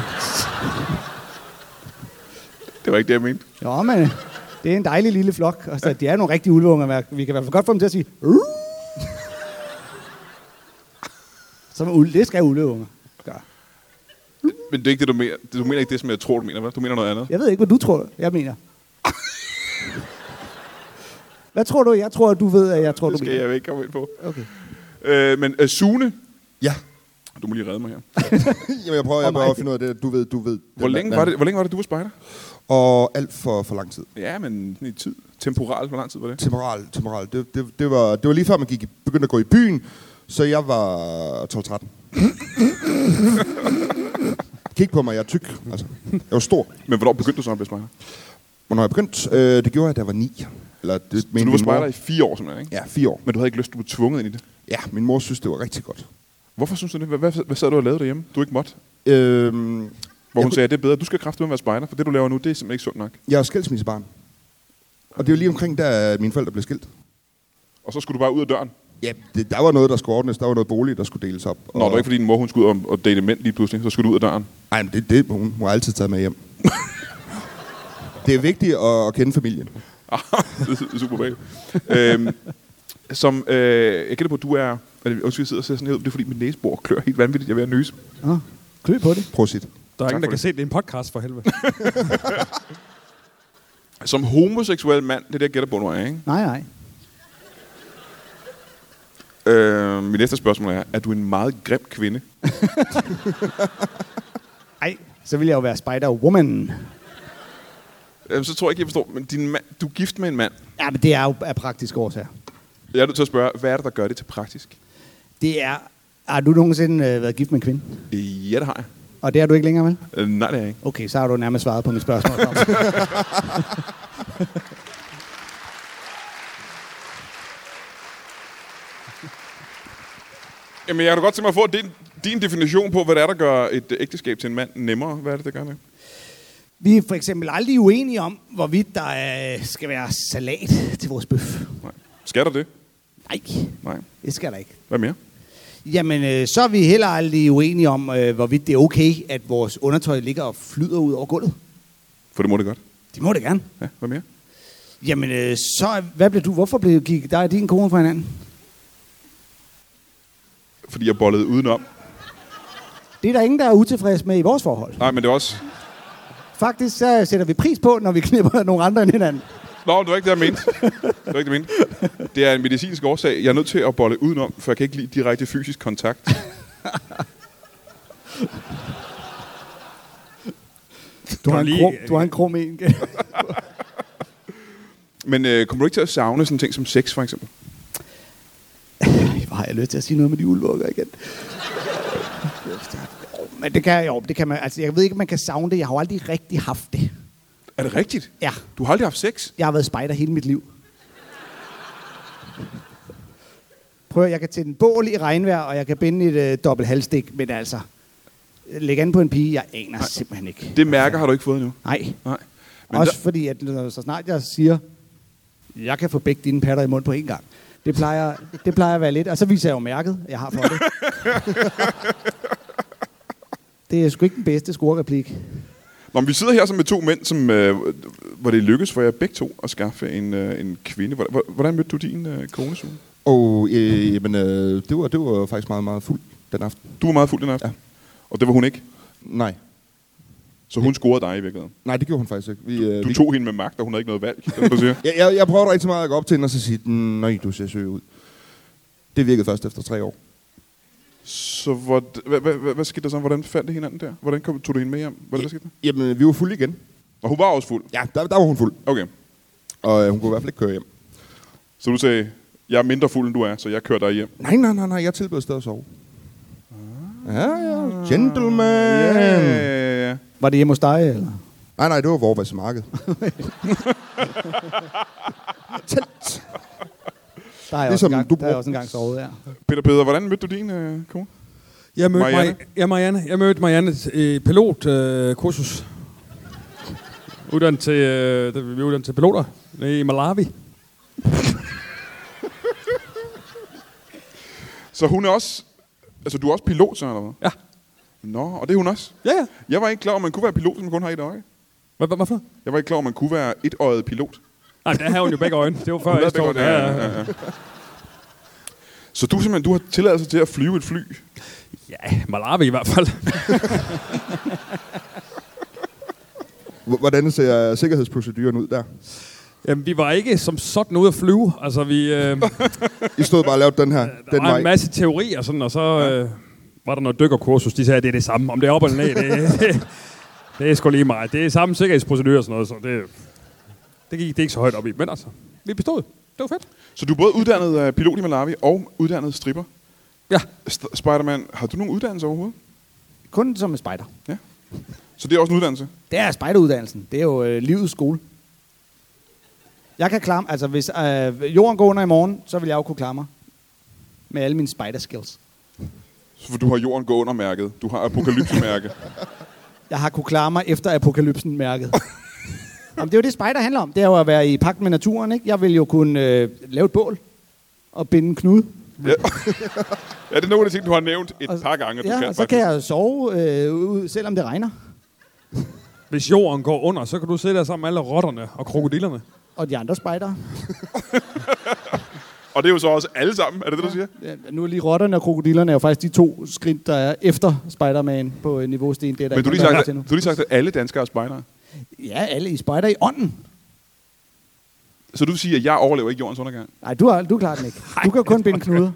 B: Det var ikke det, jeg mente.
F: Jo, men øh, det er en dejlig lille flok. Og så, de er nogle rigtige ulveunger. men Vi kan i hvert fald godt få dem til at sige... "Ruh!" Som ulve, det skal ulveunger gøre.
B: Men det er ikke det, du mener. Du mener ikke det, som jeg tror, du mener, vel? Du mener noget andet.
F: Jeg ved ikke, hvad du tror, jeg mener. Hvad tror du? Jeg tror, du ved, at jeg tror, du
B: Det skal
F: mener.
B: jeg ikke komme ind på.
F: Okay.
B: Øh, men øh, Sune,
C: Ja.
B: du må lige redde mig her.
C: Jamen, jeg prøver, jeg prøver at finde ud af det. Du ved, du ved.
B: Hvor længe, var det, hvor længe var det, du var spejder?
C: Og alt for, for lang tid.
B: Ja, men sådan i tid. Temporalt, hvor lang tid var det?
C: Temporal, temporal. Det, det, det, var, det var lige før, man gik, i- begyndte at gå i byen, så jeg var 12-13. Kig på mig, jeg er tyk. Altså, jeg var stor.
B: Men hvornår begyndte du så at blive spejder?
C: Hvornår jeg begyndte? Øh, det gjorde jeg, da jeg var 9. Eller, det,
B: Så du var spejder i fire år simpelthen, ikke?
C: Ja, fire år.
B: Men du havde ikke lyst, du blev tvunget ind i det.
C: Ja, min mor synes, det var rigtig godt.
B: Hvorfor synes du det? Hvad, hvad, hvad sad du og lavede derhjemme? Du ikke måtte?
C: Øhm,
B: Hvor
C: Jeg
B: hun
C: kunne-
B: sagde, det er bedre, du skal kraftedeme være spejder, for det du laver nu, det er simpelthen ikke sundt nok.
C: jeg er skilsmissebarn. Og det var lige omkring, da mine forældre blev skilt.
B: Og så skulle du bare ud af døren.
C: Ja, det, der var noget, der skulle ordnes. Der var noget bolig, der skulle deles op.
B: Nå, det var ikke fordi din mor, hun skulle ud og, og date mænd lige pludselig, så skulle du ud af døren.
C: Nej, men det, det hun, hun har altid taget med hjem. det er vigtigt at, at kende familien.
B: Ah, det er super bag. øhm, som, øh, jeg gætter på, at du er... er det- Undskyld, jeg sidder og ser sådan her ud, det er fordi mit næsebord klør helt vanvittigt. Jeg er ved at nyse.
F: Nå, klø på det.
C: Prøv at sige det.
E: Der er
B: for
E: ingen, der kan
B: det.
E: se, det er en podcast for helvede.
B: Som homoseksuel mand, det er det, jeg gætter på nu er, ikke?
F: Nej, nej.
B: Øh, mit næste spørgsmål er, er du en meget grim kvinde?
F: Ej, så vil jeg jo være Spider-Woman.
B: Øh, så tror jeg ikke, jeg forstår, men din mand, du er gift med en mand.
F: Ja, men det er jo af praktiske årsager.
B: Jeg er nødt til at spørge, hvad er det, der gør det til praktisk?
F: Det er... Har du nogensinde øh, været gift med en kvinde?
B: Øh, Ja, det har jeg.
F: Og det er du ikke længere, vel?
B: Øh, nej, det har jeg ikke.
F: Okay, så har du nærmest svaret på mit spørgsmål. Tom.
B: Jamen, jeg kan da godt tænke mig at få din, din definition på, hvad det er, der gør et øh, ægteskab til en mand nemmere. Hvad er det, der gør det?
F: Vi er for eksempel aldrig uenige om, hvorvidt der øh, skal være salat til vores bøf.
B: Nej. Skal der det?
F: Nej,
B: Nej.
F: det skal der ikke.
B: Hvad mere?
F: Jamen, øh, så er vi heller aldrig uenige om, øh, hvorvidt det er okay, at vores undertøj ligger og flyder ud over gulvet.
B: For det må det godt.
F: Det må det gerne.
B: Ja, hvad mere?
F: Jamen, øh, så er- hvad blev du? Hvorfor blev gik dig og din kone fra hinanden?
B: Fordi jeg bollede udenom.
F: Det er der ingen, der er utilfreds med i vores forhold.
B: Nej, men det er også...
F: Faktisk så sætter vi pris på, når vi knipper nogle andre end hinanden.
B: Nå, det var ikke det, jeg mente. Det var ikke det, jeg mente. Det er en medicinsk årsag. Jeg er nødt til at bolle udenom, for jeg kan ikke lide direkte fysisk kontakt.
F: Du
E: en
F: har, en
E: lige-
F: krum,
E: krum-
F: du har en krum en.
B: Men øh, kommer du ikke til at savne sådan ting som sex, for eksempel?
F: Hvor har jeg lyst til at sige noget med de uldvukker igen. Men det kan jeg jo. Det kan man, altså, jeg ved ikke, om man kan savne det. Jeg har jo aldrig rigtig haft det.
B: Er det rigtigt?
F: Ja,
B: Du har aldrig haft sex?
F: jeg har været spejder hele mit liv. Prøv at, jeg kan tænde en bål i regnvejr, og jeg kan binde et øh, dobbelt halvstik, men altså, læg an på en pige, jeg aner Nej. simpelthen ikke.
B: Det mærker har du ikke fået endnu.
F: Nej,
B: Nej. Men
F: Men Også der... fordi, at når- så snart jeg siger, jeg kan få begge dine patter i mund på én gang. Det plejer, det plejer at være lidt. Og så viser jeg jo mærket, jeg har for det. det er sgu ikke den bedste scorereplik.
B: Nå, men vi sidder her så med to mænd, som, øh, hvor det lykkedes for jer begge to at skaffe en, øh, en kvinde. Hvordan, hvordan mødte du din øh, kone, Sune?
C: Og øh, jamen, øh, det, var, det var faktisk meget, meget fuld den aften.
B: Du var meget fuld den aften. Ja. Og det var hun ikke.
C: Nej.
B: Så hun scorede dig i virkeligheden.
C: Nej, det gjorde hun faktisk ikke. Vi, øh,
B: Du
C: vi,
B: tog hende med magt, og hun havde ikke noget valg. Det er, hvad du siger.
C: jeg, jeg, jeg prøvede rigtig meget at gå op til hende og så sige, nej, du ser søg ud. Det virkede først efter tre år.
B: Så hvor, hvad, hvad, hvad, hvad skete der så? Hvordan fandt I hinanden der? Hvordan kom, tog du hende med hjem? Hvad, hvad skete der?
C: Jamen, øh, vi var fulde igen.
B: Og hun var også fuld.
C: Ja, der, der var hun fuld.
B: Okay.
C: Og øh, hun kunne i hvert fald ikke køre hjem.
B: Så du sagde, jeg er mindre fuld, end du er, så jeg kører dig hjem.
C: Nej, nej, nej, nej, jeg tilbød stadig at sove. Ja, ja,
B: Ah.
C: gentleman.
B: Ja, ja.
F: Var det hjemme hos dig, eller?
C: Nej, nej, det var Vorbasse Marked. Telt.
F: Der har
C: Ligesom
F: jeg, ligesom også, en gang,
C: du
F: der har jeg
C: brugte.
F: også en gang sovet, ja.
B: Peter Peder, hvordan mødte du din øh, kone?
E: Jeg mødte
B: Marianne?
E: Marianne. ja, Marianne. Jeg mødte Marianne i pilotkursus. Øh, kursus. uddannet til, øh, det- vi er uddannet til piloter nede i Malawi.
B: Så hun er også... Altså, du er også pilot, så eller hvad?
E: Ja.
B: Nå, og det er hun også?
E: Ja, ja.
B: Jeg var ikke klar over, at man kunne være pilot, hvis man kun har et øje.
E: Hvad, hvad, hvad for noget?
B: Jeg var ikke klar over, at man kunne være et øjet pilot.
E: Nej, der havde hun jo begge øjne. Det var før
B: Hun
E: jeg
B: havde begge
E: stod.
B: øjne, ja, ja, ja, ja. Så du simpelthen du har tilladelse til at flyve et fly.
E: ja, Malawi i hvert fald.
C: Hvordan ser sikkerhedsproceduren ud der?
E: Jamen, vi var ikke som sådan ude at flyve. Altså, vi, øh, der
C: I stod bare og lavede den her. Den
E: Øh, var
C: vej.
E: en masse teorier, sådan, og så øh, var der noget dykkerkursus. De sagde, at det er det samme. Om det er op eller ned, det, det, det er sgu lige meget. Det er samme sikkerhedsprocedur og sådan noget, så det, det gik det ikke så højt op i. Men altså, vi bestod. Det var fedt.
B: Så du er både uddannet øh, pilot i Malawi og uddannet stripper.
E: Ja.
B: St- Spider-Man, har du nogen uddannelse overhovedet?
F: Kun som en spejder.
B: Ja. Så det er også en uddannelse?
F: Det er spejderuddannelsen. Det er jo øh, livets skole. Jeg kan klare, altså hvis øh, jorden går under i morgen, så vil jeg jo kunne klare mig. Med alle mine spider skills.
B: Så For du har jorden gå under mærket. Du har apokalypsemærket.
F: Jeg har kunne klare mig efter apokalypsen mærket. Jamen, det er jo det, spejder handler om. Det er jo at være i pagt med naturen, ikke? Jeg vil jo kunne øh, lave et bål og binde en knude.
B: ja. ja, det er nogle af de ting, du har nævnt et
F: Og-
B: par gange. at du
F: Altså, Ja, og så
B: faktisk.
F: kan jeg jo sove, øh, ud, selvom det regner.
E: Hvis jorden går under, så kan du sidde der sammen med alle rotterne og krokodillerne.
F: Og de andre spejdere.
B: Og det er jo så også alle sammen, er det det, du siger?
F: Ja, nu er lige rotterne og krokodillerne er jo faktisk de to skridt, der er efter Spider-Man på øh, niveausten. Det er der
B: Men du har
F: ikke
B: lige
F: nogen, der
B: sagt,
F: er
B: du
F: til
B: har lige sagt, at alle danskere er spejdere.
F: nu. Ja, alle i spejder i ånden.
B: Så du siger, at jeg overlever ikke jordens undergang?
F: Nej, du, har, du klarer den ikke. Du kan kun binde knuder.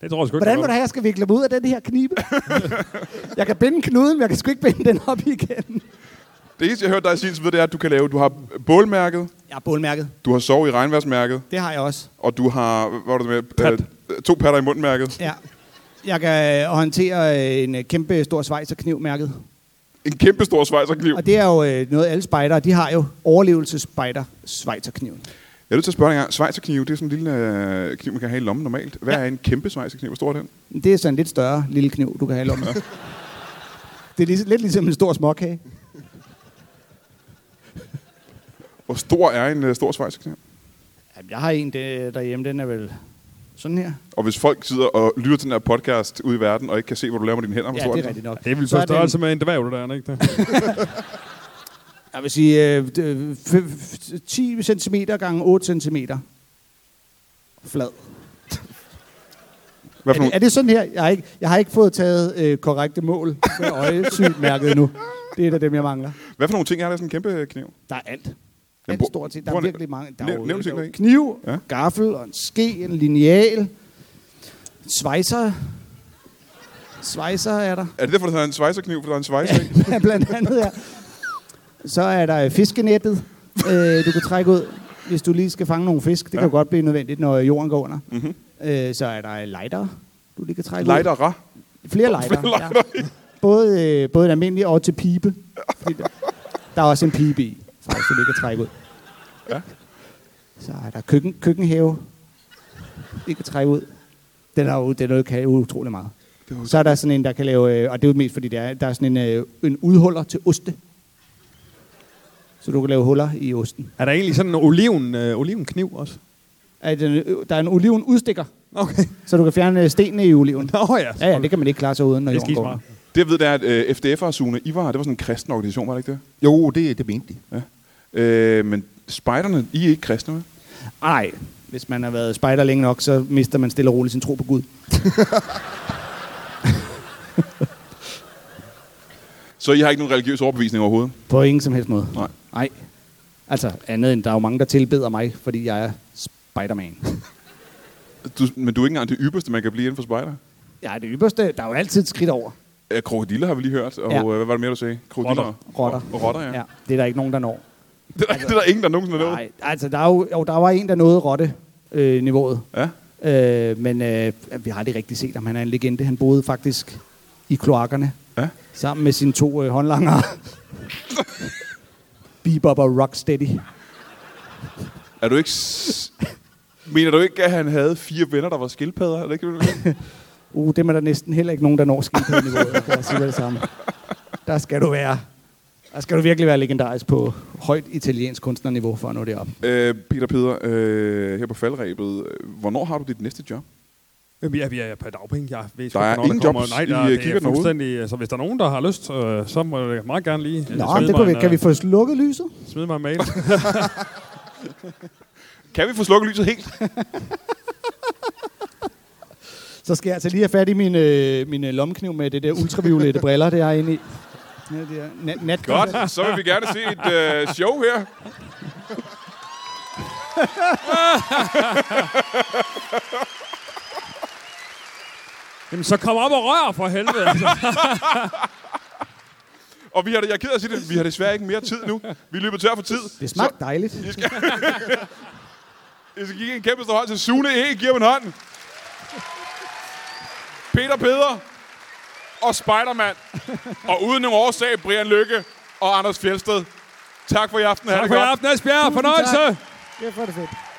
E: Det tror jeg sgu ikke.
F: Hvordan
E: jeg
F: må det have, jeg skal vikle mig ud af den her knibe? jeg kan binde knuden, men jeg kan sgu ikke binde den op igen.
B: Det eneste, jeg hørte dig sige, indtil videre, det er, at du kan lave... Du har bålmærket,
F: Jeg har bålmærket.
B: du har sovet i regnværsmærket,
F: Det har jeg også.
B: og du har... Hvad var det med? Øh, to patter i mundmærket.
F: Ja. Jeg kan øh, håndtere øh, en øh, kæmpe stor svejserknivmærket.
B: En kæmpe stor svejserkniv.
F: Og det er jo øh, noget, alle spejdere, de har jo overlevelsespejder svejserkniven.
B: Jeg er nødt til at spørge dig en gang. Svejserkniv, det er sådan en lille øh, kniv, man kan have i lommen normalt. Hvad ja.
F: Ja.
B: er en kæmpe svejserkniv? Hvor stor er den?
F: Det er sådan en lidt større lille kniv, du kan have i lommen. det er lige, lidt ligesom en stor småkage.
B: Hvor stor er en øh, stor svejserkniv?
F: Jamen, jeg har en det, derhjemme, den er vel sådan her.
B: Og hvis folk sidder og lytter til den her podcast ude i verden, og ikke kan se, hvor du laver med dine hænder, hvor
F: Ja,
B: stor
F: det er
B: den?
F: rigtigt nok.
E: Det er vel
F: Så
E: på
F: er den-
E: størrelse med en dværg, det der, er det ikke det?
F: Jeg vil sige øh, d- f- f- 10 cm gange 8 cm flad.
B: Hvad
F: Er
B: for
F: det, er
B: nogle,
F: det sådan her? Jeg har ikke, jeg har ikke fået taget øh, korrekte mål med øjesygmærket endnu. Det er et af dem, jeg mangler.
B: hvad for nogle ting er der i sådan en kæmpe kniv?
F: Der er alt.
B: Jamen,
F: Alt
B: hvor-
F: stort set. Der
B: hvor-
F: er virkelig mange. Der er
B: nævn-
F: jo,
B: nævn
F: der er
B: tingene,
F: jo
B: ikke?
F: kniv,
B: Ja.
F: ja. gaffel og en ske, en lineal, svejser. Svejser er der.
B: Er det derfor, der er en svejserkniv, for der er en svejser i?
F: Blandt andet, ja. Så er der øh, fiskenettet, øh, du kan trække ud, hvis du lige skal fange nogle fisk. Det ja. kan jo godt blive nødvendigt, når jorden går under.
B: Mhm.
F: Mm-hmm. Øh, så er der lighter, du lige kan trække
B: Lighter ra.
F: ud. Flere lighter. ja. Både, øh, både en almindelig og til pibe. Fordi Der der er også en pibe i, faktisk, du lige kan trække ud.
B: Ja.
F: Så er der køkken, køkkenhave, du kan trække ud. Den er jo, den er jo, kan jo utrolig meget. Så er der sådan en, der kan lave, øh, og det er jo mest fordi, der er, der er sådan en, øh, en udhuller til oste. Så du kan lave huller i osten.
E: Er der egentlig sådan en oliven, øh, olivenkniv også?
F: Er den, øh, Der er en oliven udstikker,
E: Okay.
F: så du kan fjerne øh, stenene i oliven.
E: Nå ja.
F: Ja, ja, det kan man ikke klare sig uden, når
E: Det er
F: jorden går.
E: skismart.
F: under.
B: Det jeg ved, det er, at øh, FDF'er og Sune Ivar, det var sådan en kristen organisation, var det ikke det?
C: Jo, det, det mente de.
B: Ja. Øh, men spejderne, I er ikke kristne, vel?
F: Ej, hvis man har været spejder længe nok, så mister man stille og roligt sin tro på Gud.
B: Så I har ikke nogen religiøs overbevisning overhovedet?
F: På ingen som helst måde.
B: Nej.
F: Nej. Altså, andet end, der er jo mange, der tilbeder mig, fordi jeg er Spider-Man.
B: Du, men du er ikke engang det ypperste, man kan blive inden for spejder?
F: Jeg er det ypperste. Der er jo altid et skridt over.
B: Øh, krokodiller har vi lige hørt, og ja.
F: Ja.
B: øh, hvad var det mere, du sagde? Krokodiller?
F: Rotter.
B: Og, og rotter, ja.
F: Ja.
B: ja.
F: Det er der ikke nogen, der når.
B: Det, er, der- det er der ingen, der nogensinde har nået.
F: Nej, altså, der, er jo, jo, der var en, der nåede rotte-niveauet. Øh, niveauet.
B: Ja.
F: øh, men øh, vi har aldrig rigtig set ham. Han er en legende. Han boede faktisk i kloakkerne.
B: Ja.
F: Sammen med sine to øh, håndlangere. Bebop og Rocksteady.
B: Er du ikke... S- Mener du ikke, at han havde fire venner, der var skildpadder? Er det ikke, det, du mener?
F: Uh, dem er der næsten heller ikke nogen, der når skildpaddeniveauet. kan jeg sige med det samme. Der skal du være... Der skal du virkelig være legendarisk på højt italiensk kunstnerniveau for at nå det op.
B: øh, Peter Peder, øh, her på faldrebet, øh, hvornår har du dit næste job?
E: Jamen, ja, vi er på dagpenge. Jeg ved sgu
B: Der er
E: ikke, hvornår
B: ingen
E: kommer-
B: jobs
E: Nej, der,
B: i, øh,
E: det er
B: kikkerten overhovedet.
E: fuldstændig... Så hvis der er nogen, der har lyst, øh, så må jeg meget gerne lige... øh,
F: Nå,
E: smide
F: det
E: mig
F: kunne vi,
E: en,
F: kan vi
E: øh,
F: få slukket lyset?
E: Smide mig en mail.
B: Kan vi få slukket lyset helt?
F: Så skal jeg altså lige have fat i min, øh, min øh, lommekniv med det der ultraviolette briller, det er inde i. Ja, det er nat, nat
B: Godt, så vil vi gerne se et øh, show her.
D: Jamen, så kom op og rør for helvede. Altså.
B: Og vi har, det- jeg er ked af at sige det, vi har desværre ikke mere tid nu. Vi løber tør for tid.
F: Det smagte dejligt.
B: Jeg skal give en kæmpe stor hånd til Sune E. Giv ham en hånd. Peter Peder og Spiderman. Og uden nogen årsag, Brian Lykke og Anders Fjelsted. Tak for i aften. Ha'
D: Tak
B: det
D: for i
B: godt.
D: aften, Asbjerg. Fornøjelse.
F: Det var det fedt.